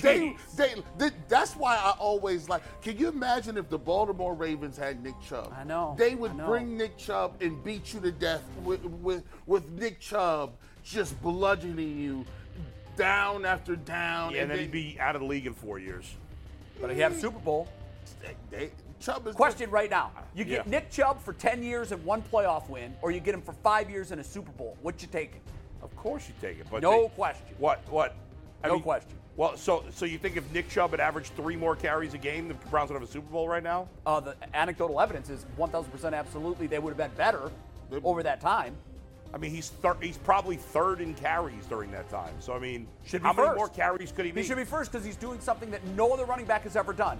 Speaker 3: They, they, th- that's why I always like. Can you imagine if the Baltimore Ravens had Nick Chubb?
Speaker 1: I know,
Speaker 3: They would
Speaker 1: I know.
Speaker 3: bring Nick Chubb and beat you to death with, with with Nick Chubb just bludgeoning you down after down.
Speaker 2: and then
Speaker 3: they
Speaker 2: he'd be out of the league in four years.
Speaker 1: but he had a Super Bowl.
Speaker 3: They, Chubb is
Speaker 1: Question right now. You get
Speaker 2: Yeah.
Speaker 1: Nick Chubb for 10 years and one playoff win, or you get him for five years and a Super Bowl. What you taking?
Speaker 2: Of course you take it, but
Speaker 1: No
Speaker 2: they-
Speaker 1: question.
Speaker 2: What? What?
Speaker 1: No question.
Speaker 2: Well, so so you think if Nick Chubb had averaged three more carries a game, the Browns would have a Super Bowl right now?
Speaker 1: Uh, the anecdotal evidence is 1,000% absolutely they would have been better over that time.
Speaker 2: I mean, he's thir- he's probably third in carries during that time. So I mean,
Speaker 1: Should be
Speaker 2: how many
Speaker 1: first.
Speaker 2: more carries could he be?
Speaker 1: He should be first because he's doing something that no other running back has ever done.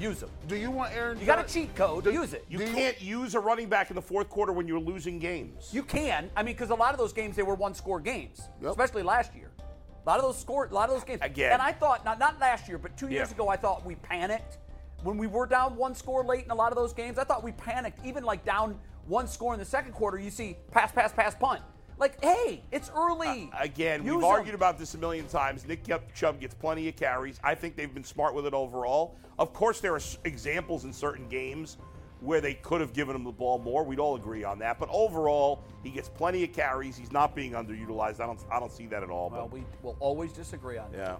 Speaker 1: Use him.
Speaker 3: Do you want Aaron?
Speaker 1: You got a
Speaker 3: Judge?
Speaker 1: cheat code. Use it.
Speaker 2: You
Speaker 3: Do you-
Speaker 2: can't use a running back in the fourth quarter when you're losing games.
Speaker 1: You can. I mean, because a lot of those games they were one-score games,
Speaker 3: Yep.
Speaker 1: especially last year. A lot of those score, a lot of those games.
Speaker 2: Again.
Speaker 1: And I thought not not last year, but two years
Speaker 2: Yeah.
Speaker 1: ago, I thought we panicked when we were down one score late in a lot of those games. I thought we panicked, even like down one score in the second quarter. You see, pass, pass, pass, punt. Like, hey, it's early.
Speaker 2: Again,
Speaker 1: Use
Speaker 2: we've
Speaker 1: 'em.
Speaker 2: argued about this a million times. Nick Chubb- Chubb gets plenty of carries. I think they've been smart with it overall. Of course, there are s- examples in certain games where they could have given him the ball more. We'd all agree on that. But overall, he gets plenty of carries. He's not being underutilized. I don't. I don't see that at all.
Speaker 1: Well,
Speaker 2: but,
Speaker 1: we will always disagree on that.
Speaker 2: yeah.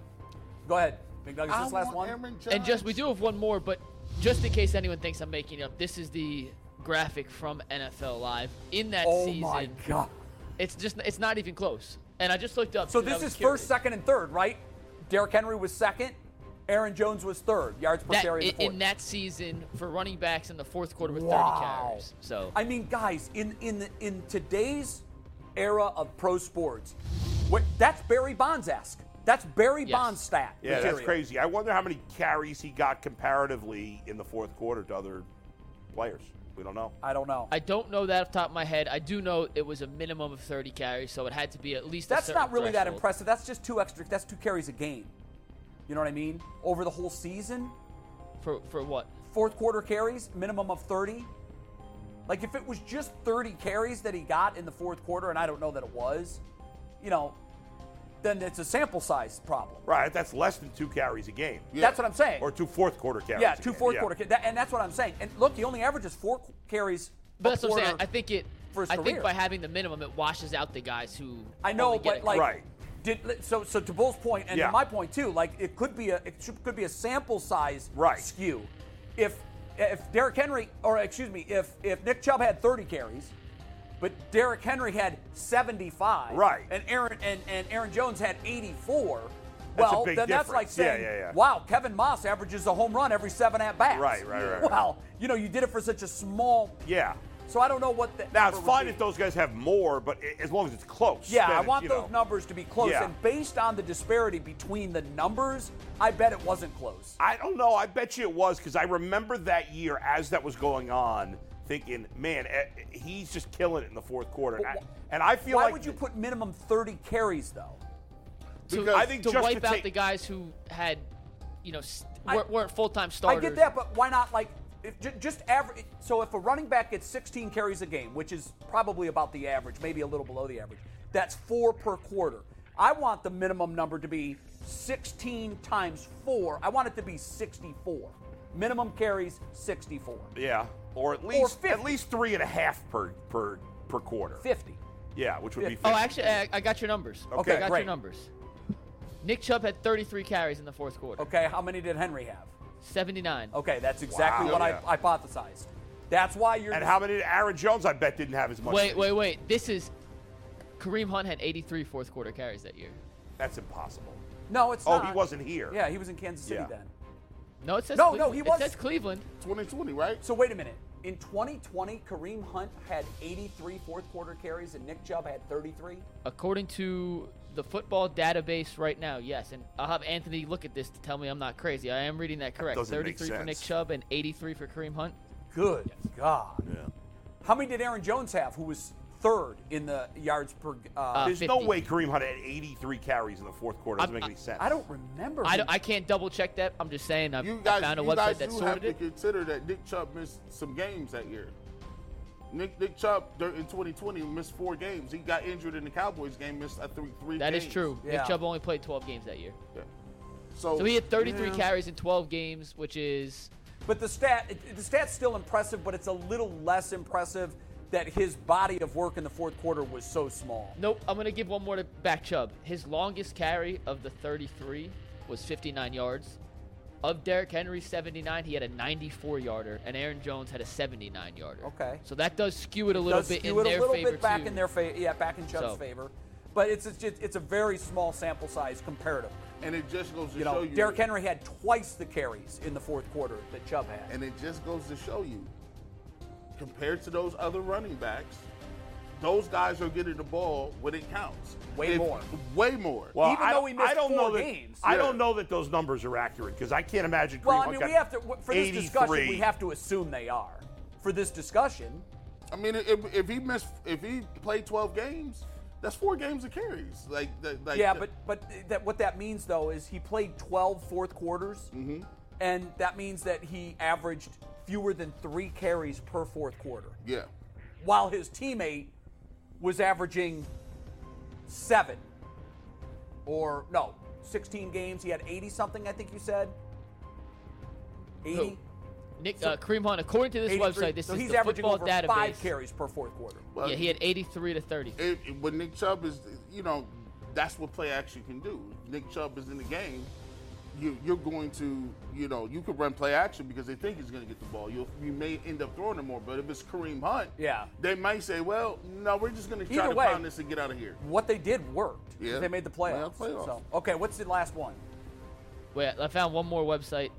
Speaker 1: Go ahead, Big Doug. Is
Speaker 3: I
Speaker 1: this last
Speaker 3: want
Speaker 1: one?
Speaker 3: Aaron Judge.
Speaker 4: And just we do have one more, but just in case anyone thinks I'm making it up, this is the graphic from NFL Live in that
Speaker 1: oh
Speaker 4: season.
Speaker 1: my God!
Speaker 4: It's just it's not even close. And I just looked up.
Speaker 1: So
Speaker 4: because I
Speaker 1: this
Speaker 4: was
Speaker 1: is
Speaker 4: curious.
Speaker 1: first, second, and third, right? Derrick Henry was second. Aaron Jones was third, yards per
Speaker 4: That,
Speaker 1: carry.
Speaker 4: in,
Speaker 1: the
Speaker 4: in
Speaker 1: fourth.
Speaker 4: that season for running backs in the fourth quarter with 30 carries. So
Speaker 1: I mean, guys, in in the, in today's era of pro sports, what, that's Barry Bonds esque. That's Barry
Speaker 4: Yes.
Speaker 1: Bonds stat.
Speaker 2: Yeah, that's
Speaker 1: material.
Speaker 2: crazy. I wonder how many carries he got comparatively in the fourth quarter to other players. We don't know.
Speaker 1: I don't know.
Speaker 4: I don't know that off the top of my head. I do know it was a minimum of 30 carries, so it had to be at least. a
Speaker 1: that's
Speaker 4: certain
Speaker 1: not really that
Speaker 4: threshold.
Speaker 1: impressive. That's just two extra. That's two carries a game. You know what I mean? Over the whole season,
Speaker 4: For for what?
Speaker 1: fourth quarter carries, minimum of 30. Like if it was just 30 carries that he got in the fourth quarter, and I don't know that it was, you know, then it's a sample size problem.
Speaker 2: Right, that's less than two carries a game.
Speaker 1: That's what I'm saying.
Speaker 2: Or two fourth quarter carries.
Speaker 1: yeah,
Speaker 2: a
Speaker 1: two
Speaker 2: game.
Speaker 1: fourth
Speaker 2: Yeah.
Speaker 1: quarter, ca- that, and that's what I'm saying. And look, he only averages four qu- carries.
Speaker 4: But
Speaker 1: a
Speaker 4: that's what I'm saying.
Speaker 1: quarter.
Speaker 4: I think it.
Speaker 1: for his
Speaker 4: I think
Speaker 1: career.
Speaker 4: by having the minimum, it washes out the guys who.
Speaker 1: I know,
Speaker 4: only get
Speaker 1: but
Speaker 4: it.
Speaker 1: like,
Speaker 2: Right.
Speaker 1: did so so to Bull's point and
Speaker 2: Yeah.
Speaker 1: to my point too. Like, it could be a it should, could be a sample size
Speaker 2: Right.
Speaker 1: skew. If if Derrick Henry or excuse me, if if Nick Chubb had 30 carries, but Derrick Henry had 75,
Speaker 2: Right.
Speaker 1: and Aaron and, and Aaron Jones had 84.
Speaker 2: That's a
Speaker 1: well,
Speaker 2: big
Speaker 1: then that's like
Speaker 2: difference. Yeah,
Speaker 1: saying,
Speaker 2: yeah, yeah.
Speaker 1: wow, Kevin Moss averages a home run every seven at bats.
Speaker 2: Right, right, right, right.
Speaker 1: Wow, you know, you did it for such a small.
Speaker 2: Yeah.
Speaker 1: So I don't know what the.
Speaker 2: Now it's
Speaker 1: number would
Speaker 2: fine
Speaker 1: be.
Speaker 2: if those guys have more, but i- as long as it's close.
Speaker 1: Yeah,
Speaker 2: then
Speaker 1: I
Speaker 2: it's,
Speaker 1: want
Speaker 2: you
Speaker 1: those
Speaker 2: know.
Speaker 1: numbers to be close.
Speaker 2: Yeah.
Speaker 1: And based on the disparity between the numbers, I bet it wasn't close.
Speaker 2: I don't know. I bet you it was because I remember that year as that was going on, thinking, man, eh, eh, he's just killing it in the fourth quarter. And I,
Speaker 1: But wh-
Speaker 2: and I feel
Speaker 1: Why
Speaker 2: like
Speaker 1: would you put minimum 30 carries though?
Speaker 4: to,
Speaker 2: I think
Speaker 4: to
Speaker 2: just
Speaker 4: wipe
Speaker 2: to
Speaker 4: out
Speaker 2: take-
Speaker 4: the guys who had, you know, st-
Speaker 1: I-
Speaker 4: weren't, weren't full time starters.
Speaker 1: I get that, but why not like if, ju- just average? So if a running back gets 16 carries a game, which is probably about the average, maybe a little below the average, that's four per quarter. I want the minimum number to be 16 times four. I want it to be 64. Minimum carries 64.
Speaker 2: Yeah, or at least
Speaker 1: 50.
Speaker 2: at least three and a half per per per quarter.
Speaker 1: 50.
Speaker 2: Yeah, which would be. 50.
Speaker 4: Oh, actually, I, I got your numbers.
Speaker 2: Okay,
Speaker 4: I got
Speaker 1: great.
Speaker 4: your numbers. Nick Chubb had 33 carries in the fourth quarter.
Speaker 1: Okay, how many did Henry have?
Speaker 4: 79.
Speaker 1: Okay, that's exactly
Speaker 2: Wow.
Speaker 1: what
Speaker 2: Yeah.
Speaker 1: I hypothesized. That's why you're.
Speaker 2: and how many? Aaron Jones, I bet, didn't have as much.
Speaker 4: Wait, wait, wait. This is Kareem Hunt had 83 fourth quarter carries that year.
Speaker 2: That's impossible.
Speaker 1: No, it's
Speaker 2: Oh,
Speaker 1: not.
Speaker 2: he wasn't here.
Speaker 1: Yeah, he was in Kansas City
Speaker 2: Yeah.
Speaker 1: then.
Speaker 4: No, it says
Speaker 1: No, no,
Speaker 4: Cleveland.
Speaker 1: he was-
Speaker 4: It says Cleveland.
Speaker 3: 2020, right?
Speaker 1: So wait a minute. In 2020, Kareem Hunt had 83 fourth quarter carries, and Nick Chubb had 33.
Speaker 4: According to the football database right now, yes. And I'll have Anthony look at this to tell me I'm not crazy. I am reading that correct.
Speaker 2: doesn't make
Speaker 4: 33 for Nick
Speaker 2: sense.
Speaker 4: Chubb and 83 for Kareem Hunt.
Speaker 1: Good God. How many did Aaron Jones have, who was third in the yards per? Uh,
Speaker 2: There's no
Speaker 4: 50.
Speaker 2: way Kareem Hunt had 83 carries in the fourth quarter. Doesn't make any sense.
Speaker 1: I don't remember.
Speaker 4: I,
Speaker 1: who-
Speaker 4: don't- I can't double check that. I'm just saying I,
Speaker 3: You
Speaker 4: I
Speaker 3: guys,
Speaker 4: found a
Speaker 3: you guys
Speaker 4: website that
Speaker 3: do have
Speaker 4: sorted
Speaker 3: to
Speaker 4: it.
Speaker 3: consider that Nick Chubb missed some games that year. Nick Nick Chubb dur- in 2020 missed four games. He got injured in the Cowboys game, missed uh, three three.
Speaker 4: That is
Speaker 3: games.
Speaker 4: true.
Speaker 1: Yeah.
Speaker 4: Nick Chubb only played 12 games that year.
Speaker 3: So,
Speaker 4: So he had 33
Speaker 3: Oh, yeah.
Speaker 4: carries in 12 games, which is
Speaker 1: But the stat, the stat's still impressive, but it's a little less impressive that his body of work in the fourth quarter was so small.
Speaker 4: nope. I'm gonna give one more to back Chubb. His longest carry of the 33 was 59 yards. Of Derrick Henry's 79, he had a 94 yarder, and Aaron Jones had a 79 yarder.
Speaker 1: Okay.
Speaker 4: So that does skew it a little
Speaker 1: does
Speaker 4: bit
Speaker 1: skew
Speaker 4: in
Speaker 1: it
Speaker 4: their
Speaker 1: a little
Speaker 4: favor
Speaker 1: bit back
Speaker 4: too.
Speaker 1: in their favor. Yeah, back in Chubb's
Speaker 4: So.
Speaker 1: favor. But it's it's, just, it's a very small sample size comparatively.
Speaker 3: and it just goes to
Speaker 1: You
Speaker 3: show
Speaker 1: know,
Speaker 3: you.
Speaker 1: Derrick Henry had twice the carries in the fourth quarter that Chubb had.
Speaker 3: And it just goes to show you, compared to those other running backs, those guys are getting the ball when it counts.
Speaker 1: Way more.
Speaker 3: Way more.
Speaker 2: Well,
Speaker 1: Even
Speaker 2: I
Speaker 1: though
Speaker 2: don't-
Speaker 1: he missed
Speaker 2: I don't
Speaker 1: four
Speaker 2: know that,
Speaker 1: games.
Speaker 2: I
Speaker 3: Yeah.
Speaker 2: don't know that those numbers are accurate because I can't imagine. Kareem
Speaker 1: well, I
Speaker 2: Hunt
Speaker 1: mean,
Speaker 2: got
Speaker 1: we have to for this
Speaker 2: 83.
Speaker 1: discussion, we have to assume they are. For this discussion,
Speaker 3: I mean, if, if he missed, if he played 12 games, that's four games of carries. Like, that, like
Speaker 1: yeah,
Speaker 3: that-
Speaker 1: but but that what that means though is he played 12 fourth quarters,
Speaker 3: Mm-hmm.
Speaker 1: and that means that he averaged fewer than three carries per fourth quarter,
Speaker 3: yeah,
Speaker 1: while his teammate was averaging seven or no 16 games. He had 80 something, I think you said. 80.
Speaker 4: Nick uh, Kareem Hunt, according to this
Speaker 1: 83.
Speaker 4: website, this
Speaker 1: so
Speaker 4: is
Speaker 1: he's
Speaker 4: the
Speaker 1: averaging
Speaker 4: football
Speaker 1: over
Speaker 4: database.
Speaker 1: five carries per fourth quarter.
Speaker 3: Well,
Speaker 4: Yeah, he had 83 to 30.
Speaker 3: it, it- when Nick Chubb is, you know, that's what play action can do. Nick Chubb is in the game. You, you're going to, you know, you could run play action because they think he's going to get the ball. You you may end up throwing him more, but if it's Kareem Hunt,
Speaker 1: Yeah.
Speaker 3: they might say, well, no, we're just going to try
Speaker 1: Either
Speaker 3: to
Speaker 1: way-
Speaker 3: pound this and get out of here.
Speaker 1: What they did worked.
Speaker 3: Yeah.
Speaker 1: They made the
Speaker 3: Well,
Speaker 1: playoffs.
Speaker 3: playoffs.
Speaker 1: So, okay, what's the last one?
Speaker 4: Wait, I found one more website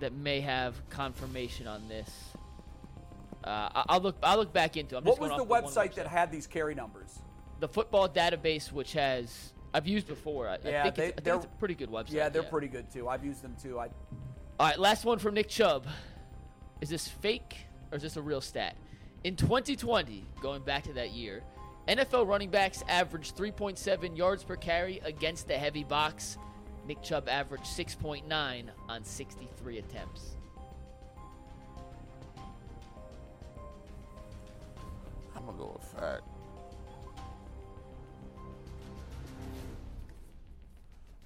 Speaker 4: that may have confirmation on this. Uh, I- I'll look. I'll look back into. it. I'm just
Speaker 1: What was
Speaker 4: going
Speaker 1: the
Speaker 4: off one
Speaker 1: website that had these carry numbers?
Speaker 4: the football database, which has I've used before. I,
Speaker 1: Yeah,
Speaker 4: I think,
Speaker 1: they-
Speaker 4: it's, I
Speaker 1: they're-
Speaker 4: think it's a pretty good website.
Speaker 1: Yeah, they're pretty good too. I've used them too. I
Speaker 4: All right, last one from Nick Chubb. Is this fake or is this a real stat? In 2020, going back to that year, NFL running backs averaged 3.7 yards per carry against the heavy box. Nick Chubb averaged 6.9 on 63 attempts.
Speaker 3: I'm gonna go with fact.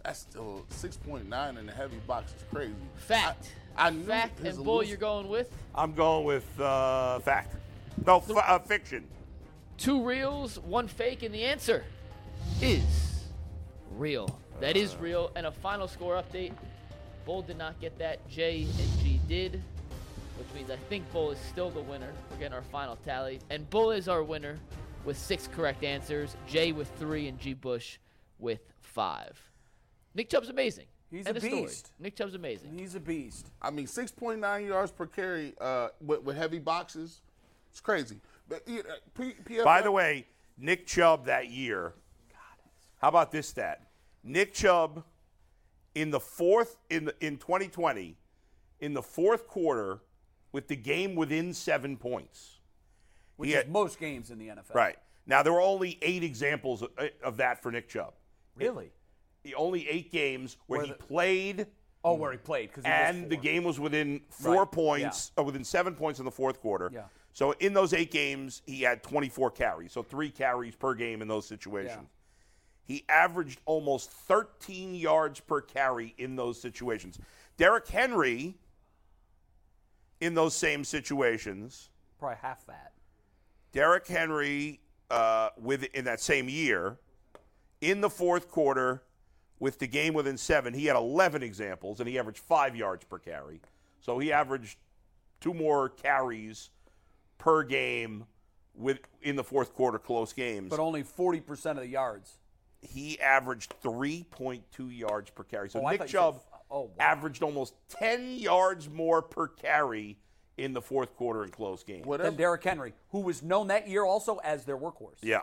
Speaker 3: That's still 6.9 in the heavy box is crazy.
Speaker 4: Fact.
Speaker 3: I knew
Speaker 4: fact.
Speaker 3: his
Speaker 4: And Bull,
Speaker 3: elusive-
Speaker 4: you're going with
Speaker 2: I'm going with uh, fact. No, f- uh, fiction.
Speaker 4: two reels, one fake, and the answer is real. That
Speaker 1: Uh.
Speaker 4: is real. And a final score update. Bull did not get that. J and G did, which means I think Bull is still the winner. We're getting our final tally. And Bull is our winner with six correct answers. J with three and G Bush with five. Nick Chubb's amazing.
Speaker 1: He's
Speaker 4: End
Speaker 1: a
Speaker 4: of story.
Speaker 1: beast.
Speaker 4: Nick Chubb's amazing.
Speaker 1: he's a beast.
Speaker 3: I mean, 6.9 yards per carry uh, with, with heavy boxes, it's crazy. But you know, P- PFF
Speaker 2: By the way, Nick Chubb that year. How about this stat? Nick Chubb in the fourth in the, in 2020 in the fourth quarter with the game within 7 points.
Speaker 1: Which
Speaker 2: Yeah.
Speaker 1: is most games in the NFL.
Speaker 2: Right. Now there were only 8 examples of, of that for Nick Chubb.
Speaker 1: Really?
Speaker 2: The only 8 games where,
Speaker 1: Where
Speaker 2: he
Speaker 1: the-
Speaker 2: played
Speaker 1: Oh, where he played because
Speaker 2: and the game was within 4
Speaker 1: Right.
Speaker 2: points uh, within 7 points in the fourth quarter.
Speaker 1: Yeah.
Speaker 2: So in those 8 games he had 24 carries. So 3 carries per game in those situations. He averaged almost 13 yards per carry in those situations. Derrick Henry, in those same situations,
Speaker 1: probably half that.
Speaker 2: Derrick Henry, uh, with in that same year, in the fourth quarter, with the game within seven, he had 11 examples and he averaged five yards per carry. So he averaged two more carries per game with in the fourth quarter close games
Speaker 1: But only 40% of the yards.
Speaker 2: he averaged 3.2 yards per carry. So
Speaker 1: Oh, I
Speaker 2: Nick
Speaker 1: thought you said
Speaker 2: Chubb
Speaker 1: f- oh, wow.
Speaker 2: averaged almost 10 yards more per carry in the fourth quarter in close games.
Speaker 1: Then
Speaker 3: whatever.
Speaker 1: Derrick Henry, who was known that year also as their workhorse.
Speaker 2: Yeah.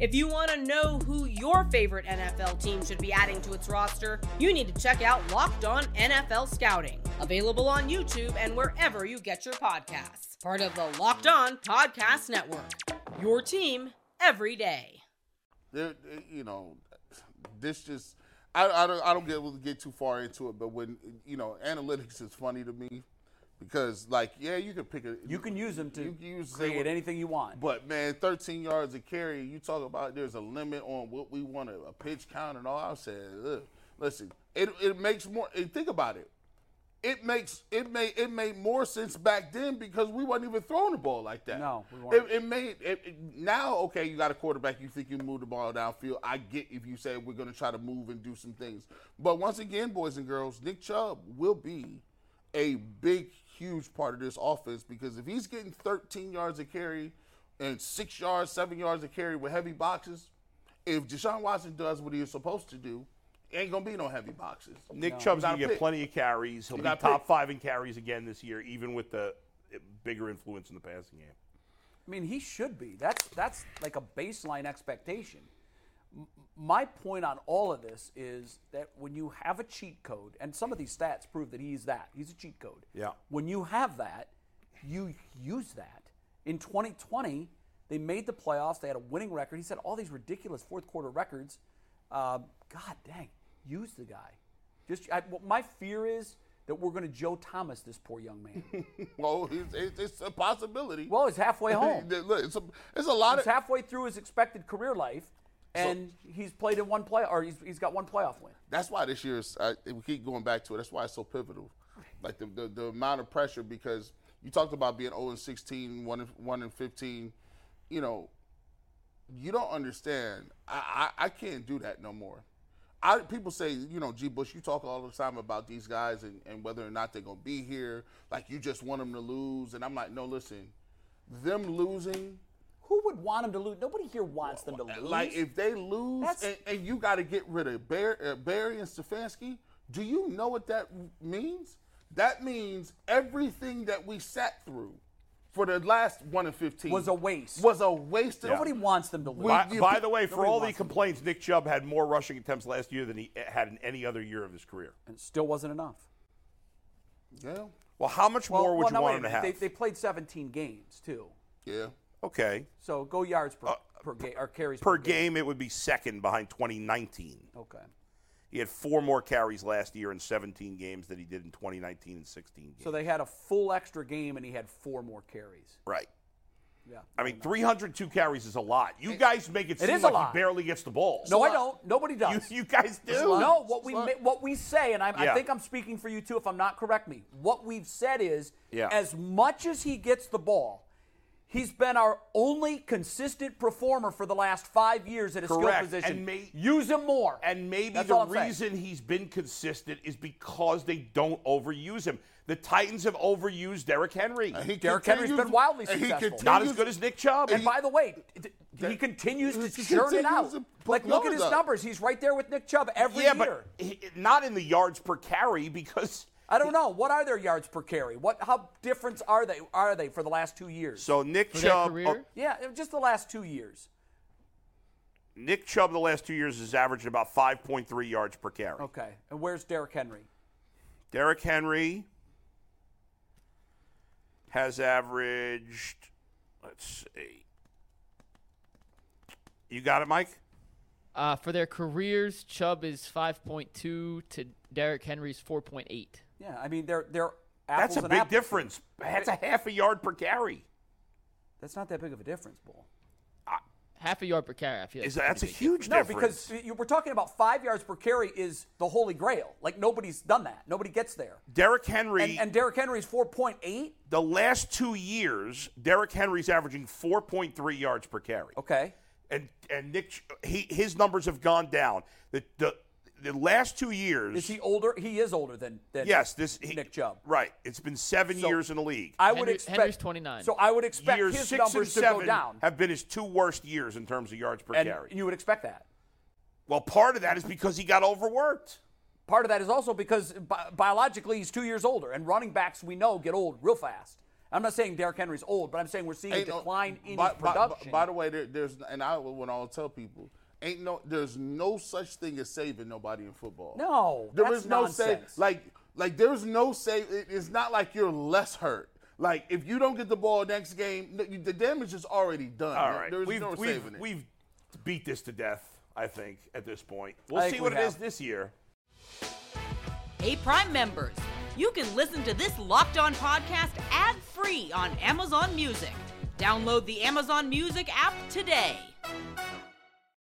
Speaker 7: If you want to know who your favorite NFL team should be adding to its roster, you need to check out Locked On NFL Scouting, available on YouTube and wherever you get your podcasts. Part of the Locked On Podcast Network. Your team every day.
Speaker 3: There- you know, this just I, I don't I don't get get too far into it. But when you know, analytics is funny to me because like yeah, you can pick a
Speaker 1: You can use them to
Speaker 3: You can use-
Speaker 1: create anything you want.
Speaker 3: But man, 13 yards of carry, you talk about there's a limit on what we want to- a pitch count and all. I said, Ugh. listen, it, it makes more. And think about it. It makes it made it made more sense back then because we wasn't even throwing the ball like that.
Speaker 1: No, we
Speaker 3: it,
Speaker 1: weren't.
Speaker 3: it made it, it- now okay. You got a quarterback. You think you move the ball downfield. I get if you say we're going to try to move and do some things. But once again, boys and girls, Nick Chubb will be a big, huge part of this offense because if he's getting 13 yards of carry and six yards, seven yards of carry with heavy boxes, if Deshaun Watson does what he is supposed to do, ain't gonna be no heavy boxes.
Speaker 2: Nick Chubb's
Speaker 3: Not
Speaker 2: going
Speaker 3: a
Speaker 2: to get
Speaker 3: pick.
Speaker 2: plenty of carries. He'll be
Speaker 3: got
Speaker 2: top
Speaker 3: a pick.
Speaker 2: five in carries again this year, even with the uh, bigger influence in the passing game.
Speaker 1: I mean, he should be. That's that's like a baseline expectation. M- My point on all of this is that when you have a cheat code, and some of these stats prove that he's that. He's a cheat code.
Speaker 2: Yeah.
Speaker 1: When you have that, you use that. In 2020, they made the playoffs. They had a winning record. He said all these ridiculous fourth quarter records. Um, God dang, use the guy. Just I, what my fear is that we're going to Joe Thomas this poor young man.
Speaker 3: [laughs] Well, it's, it's, it's a possibility.
Speaker 1: well, he's
Speaker 3: [laughs]
Speaker 1: halfway home.
Speaker 3: Look, it's a, it's a lot
Speaker 1: He's
Speaker 3: of
Speaker 1: halfway through his expected career life, and he's played in one play, or he's, he's got one playoff win.
Speaker 3: that's why this year's I, we keep going back to it. That's why it's so pivotal. Like the, oh the, the amount of pressure because you talked about being 0 and 16, 1 and, 1 and 15. you know, you don't understand. I, I, I can't do that no more. I, people say, you know, G. Bush, you talk all the time about these guys and, and whether or not they're going to be here. Like, you just want them to lose. And I'm like, no, listen, them losing,
Speaker 1: Who would want them to lose? Nobody here wants them to lose.
Speaker 3: like, if they lose
Speaker 1: That's-
Speaker 3: and, and you got to get rid of Bar- uh, Barry and Stefanski, do you know what that means? That means everything that we sat through for the last 1 and 15
Speaker 1: Was a waste.
Speaker 3: Was a waste. of-
Speaker 1: Nobody wants them to lose.
Speaker 2: By,
Speaker 3: you-
Speaker 2: by the way, for
Speaker 1: nobody
Speaker 2: all the
Speaker 1: wants them.
Speaker 2: complaints, Nick Chubb had more rushing attempts last year than he had in any other year of his career.
Speaker 1: And it still wasn't enough.
Speaker 3: Yeah.
Speaker 2: Well, how much more would
Speaker 1: well, no,
Speaker 2: you want
Speaker 1: wait a
Speaker 2: him to
Speaker 1: minute.
Speaker 2: have?
Speaker 1: They, they played 17 games, too.
Speaker 3: Yeah.
Speaker 2: okay.
Speaker 1: So go yards per, per game, or carries
Speaker 2: Uh, Per game, it would be second behind 2019.
Speaker 1: Okay.
Speaker 2: He had four more carries last year in 17 games than he did in 2019 and 16 games.
Speaker 1: So they had a full extra game, and he had four more carries.
Speaker 2: right.
Speaker 1: Yeah.
Speaker 2: I mean, 302 carries is a lot. You guys make it, seem
Speaker 1: is a
Speaker 2: like
Speaker 1: lot.
Speaker 2: he barely gets the ball.
Speaker 1: No, I don't. Nobody
Speaker 2: you,
Speaker 1: does.
Speaker 2: you guys do.
Speaker 1: No, what we ma- what we say, and I,
Speaker 2: Yeah.
Speaker 1: I think I'm speaking for you too. If I'm not, correct me. What we've said is,
Speaker 2: Yeah.
Speaker 1: as much as he gets the ball, he's been our only consistent performer for the last five years at a
Speaker 2: Correct.
Speaker 1: skill position.
Speaker 2: And may-
Speaker 1: Use him more.
Speaker 2: And maybe
Speaker 1: That's
Speaker 2: the
Speaker 1: all I'm saying.
Speaker 2: reason he's been consistent is because they don't overuse him. The Titans have overused Derrick Henry.
Speaker 3: And he
Speaker 1: Derrick Henry's
Speaker 3: continues-
Speaker 1: been wildly
Speaker 3: and he
Speaker 1: successful.
Speaker 2: Not as
Speaker 3: continues-
Speaker 2: good as Nick Chubb.
Speaker 1: And by the way, d- d- he
Speaker 3: That-
Speaker 1: continues to
Speaker 3: he
Speaker 1: churn it
Speaker 3: continues
Speaker 1: out.
Speaker 3: to put
Speaker 1: Like, look at
Speaker 3: numbers
Speaker 1: his
Speaker 3: up.
Speaker 1: numbers. He's right there with Nick Chubb every
Speaker 2: yeah,
Speaker 1: year.
Speaker 2: but he, not in the yards per carry because.
Speaker 1: I don't know what are their yards per carry. What how different are they are they for the last two years?
Speaker 2: So Nick
Speaker 4: For their
Speaker 2: Chubb, oh,
Speaker 4: career?
Speaker 1: yeah, just the last two years.
Speaker 2: Nick Chubb, the last two years has averaged about 5.3 yards per carry.
Speaker 1: Okay, and where's Derrick Henry?
Speaker 2: Derrick Henry has averaged, let's see. You got it, Mike?
Speaker 4: Uh, for their careers, Chubb is 5.2 to Derrick Henry's 4.8.
Speaker 1: Yeah, I mean they're they're apples
Speaker 2: That's a
Speaker 1: and
Speaker 2: big
Speaker 1: apples.
Speaker 2: difference. That's a half a yard per carry.
Speaker 1: That's not that big of a difference, Bull.
Speaker 4: Half a yard per carry. I feel like
Speaker 2: Is
Speaker 4: it's
Speaker 2: that's a
Speaker 4: pretty big.
Speaker 2: huge
Speaker 1: No,
Speaker 2: difference.
Speaker 1: because you, we're talking about five yards per carry is the holy grail. Like nobody's done that. Nobody gets there.
Speaker 2: Derrick Henry,
Speaker 1: And, and Derrick Henry's four point eight.
Speaker 2: the last two years, Derrick Henry's averaging 4.3 yards per carry.
Speaker 1: Okay.
Speaker 2: And and Nick, Ch- he his numbers have gone down. The the, the last two years.
Speaker 1: Is he older? He is older than, than
Speaker 2: yes, this he,
Speaker 1: Nick Chubb.
Speaker 2: Right, it's been seven
Speaker 1: So-
Speaker 2: years in the league.
Speaker 1: I would
Speaker 4: Henry-
Speaker 1: expect
Speaker 4: Henry's 29.
Speaker 1: So I would expect
Speaker 2: years
Speaker 1: his
Speaker 2: six and
Speaker 1: numbers to
Speaker 2: seven
Speaker 1: go down.
Speaker 2: have been his two worst years in terms of yards per
Speaker 1: and
Speaker 2: carry.
Speaker 1: you would expect that.
Speaker 2: well, part of that is because he got overworked.
Speaker 1: Part of that is also because bi- biologically he's two years older, and running backs we know get old real fast. I'm not saying Derrick Henry's old, but I'm saying we're seeing a
Speaker 3: Ain't no-
Speaker 1: decline in
Speaker 3: uh, by,
Speaker 1: his
Speaker 3: by- by-
Speaker 1: production.
Speaker 3: by the way, there, there's and I when I'll tell people, ain't no there's no such thing as saving nobody in football.
Speaker 1: No,
Speaker 3: there
Speaker 1: that's
Speaker 3: is no save.
Speaker 1: nonsense.
Speaker 3: Like like there's no save. It, it's not like you're less hurt. Like if you don't get the ball next game, no, you- the damage is already done.
Speaker 2: All
Speaker 3: There-
Speaker 2: right,
Speaker 3: there is
Speaker 2: we've,
Speaker 3: no
Speaker 2: we've-
Speaker 3: saving it.
Speaker 2: we've beat this to death. I think at this point, we'll
Speaker 1: I
Speaker 2: see
Speaker 1: think
Speaker 2: what
Speaker 1: we
Speaker 2: it
Speaker 1: have.
Speaker 2: is this year.
Speaker 7: Hey, Prime members, you can listen to this Locked On podcast ad free on Amazon Music. Download the Amazon Music app today.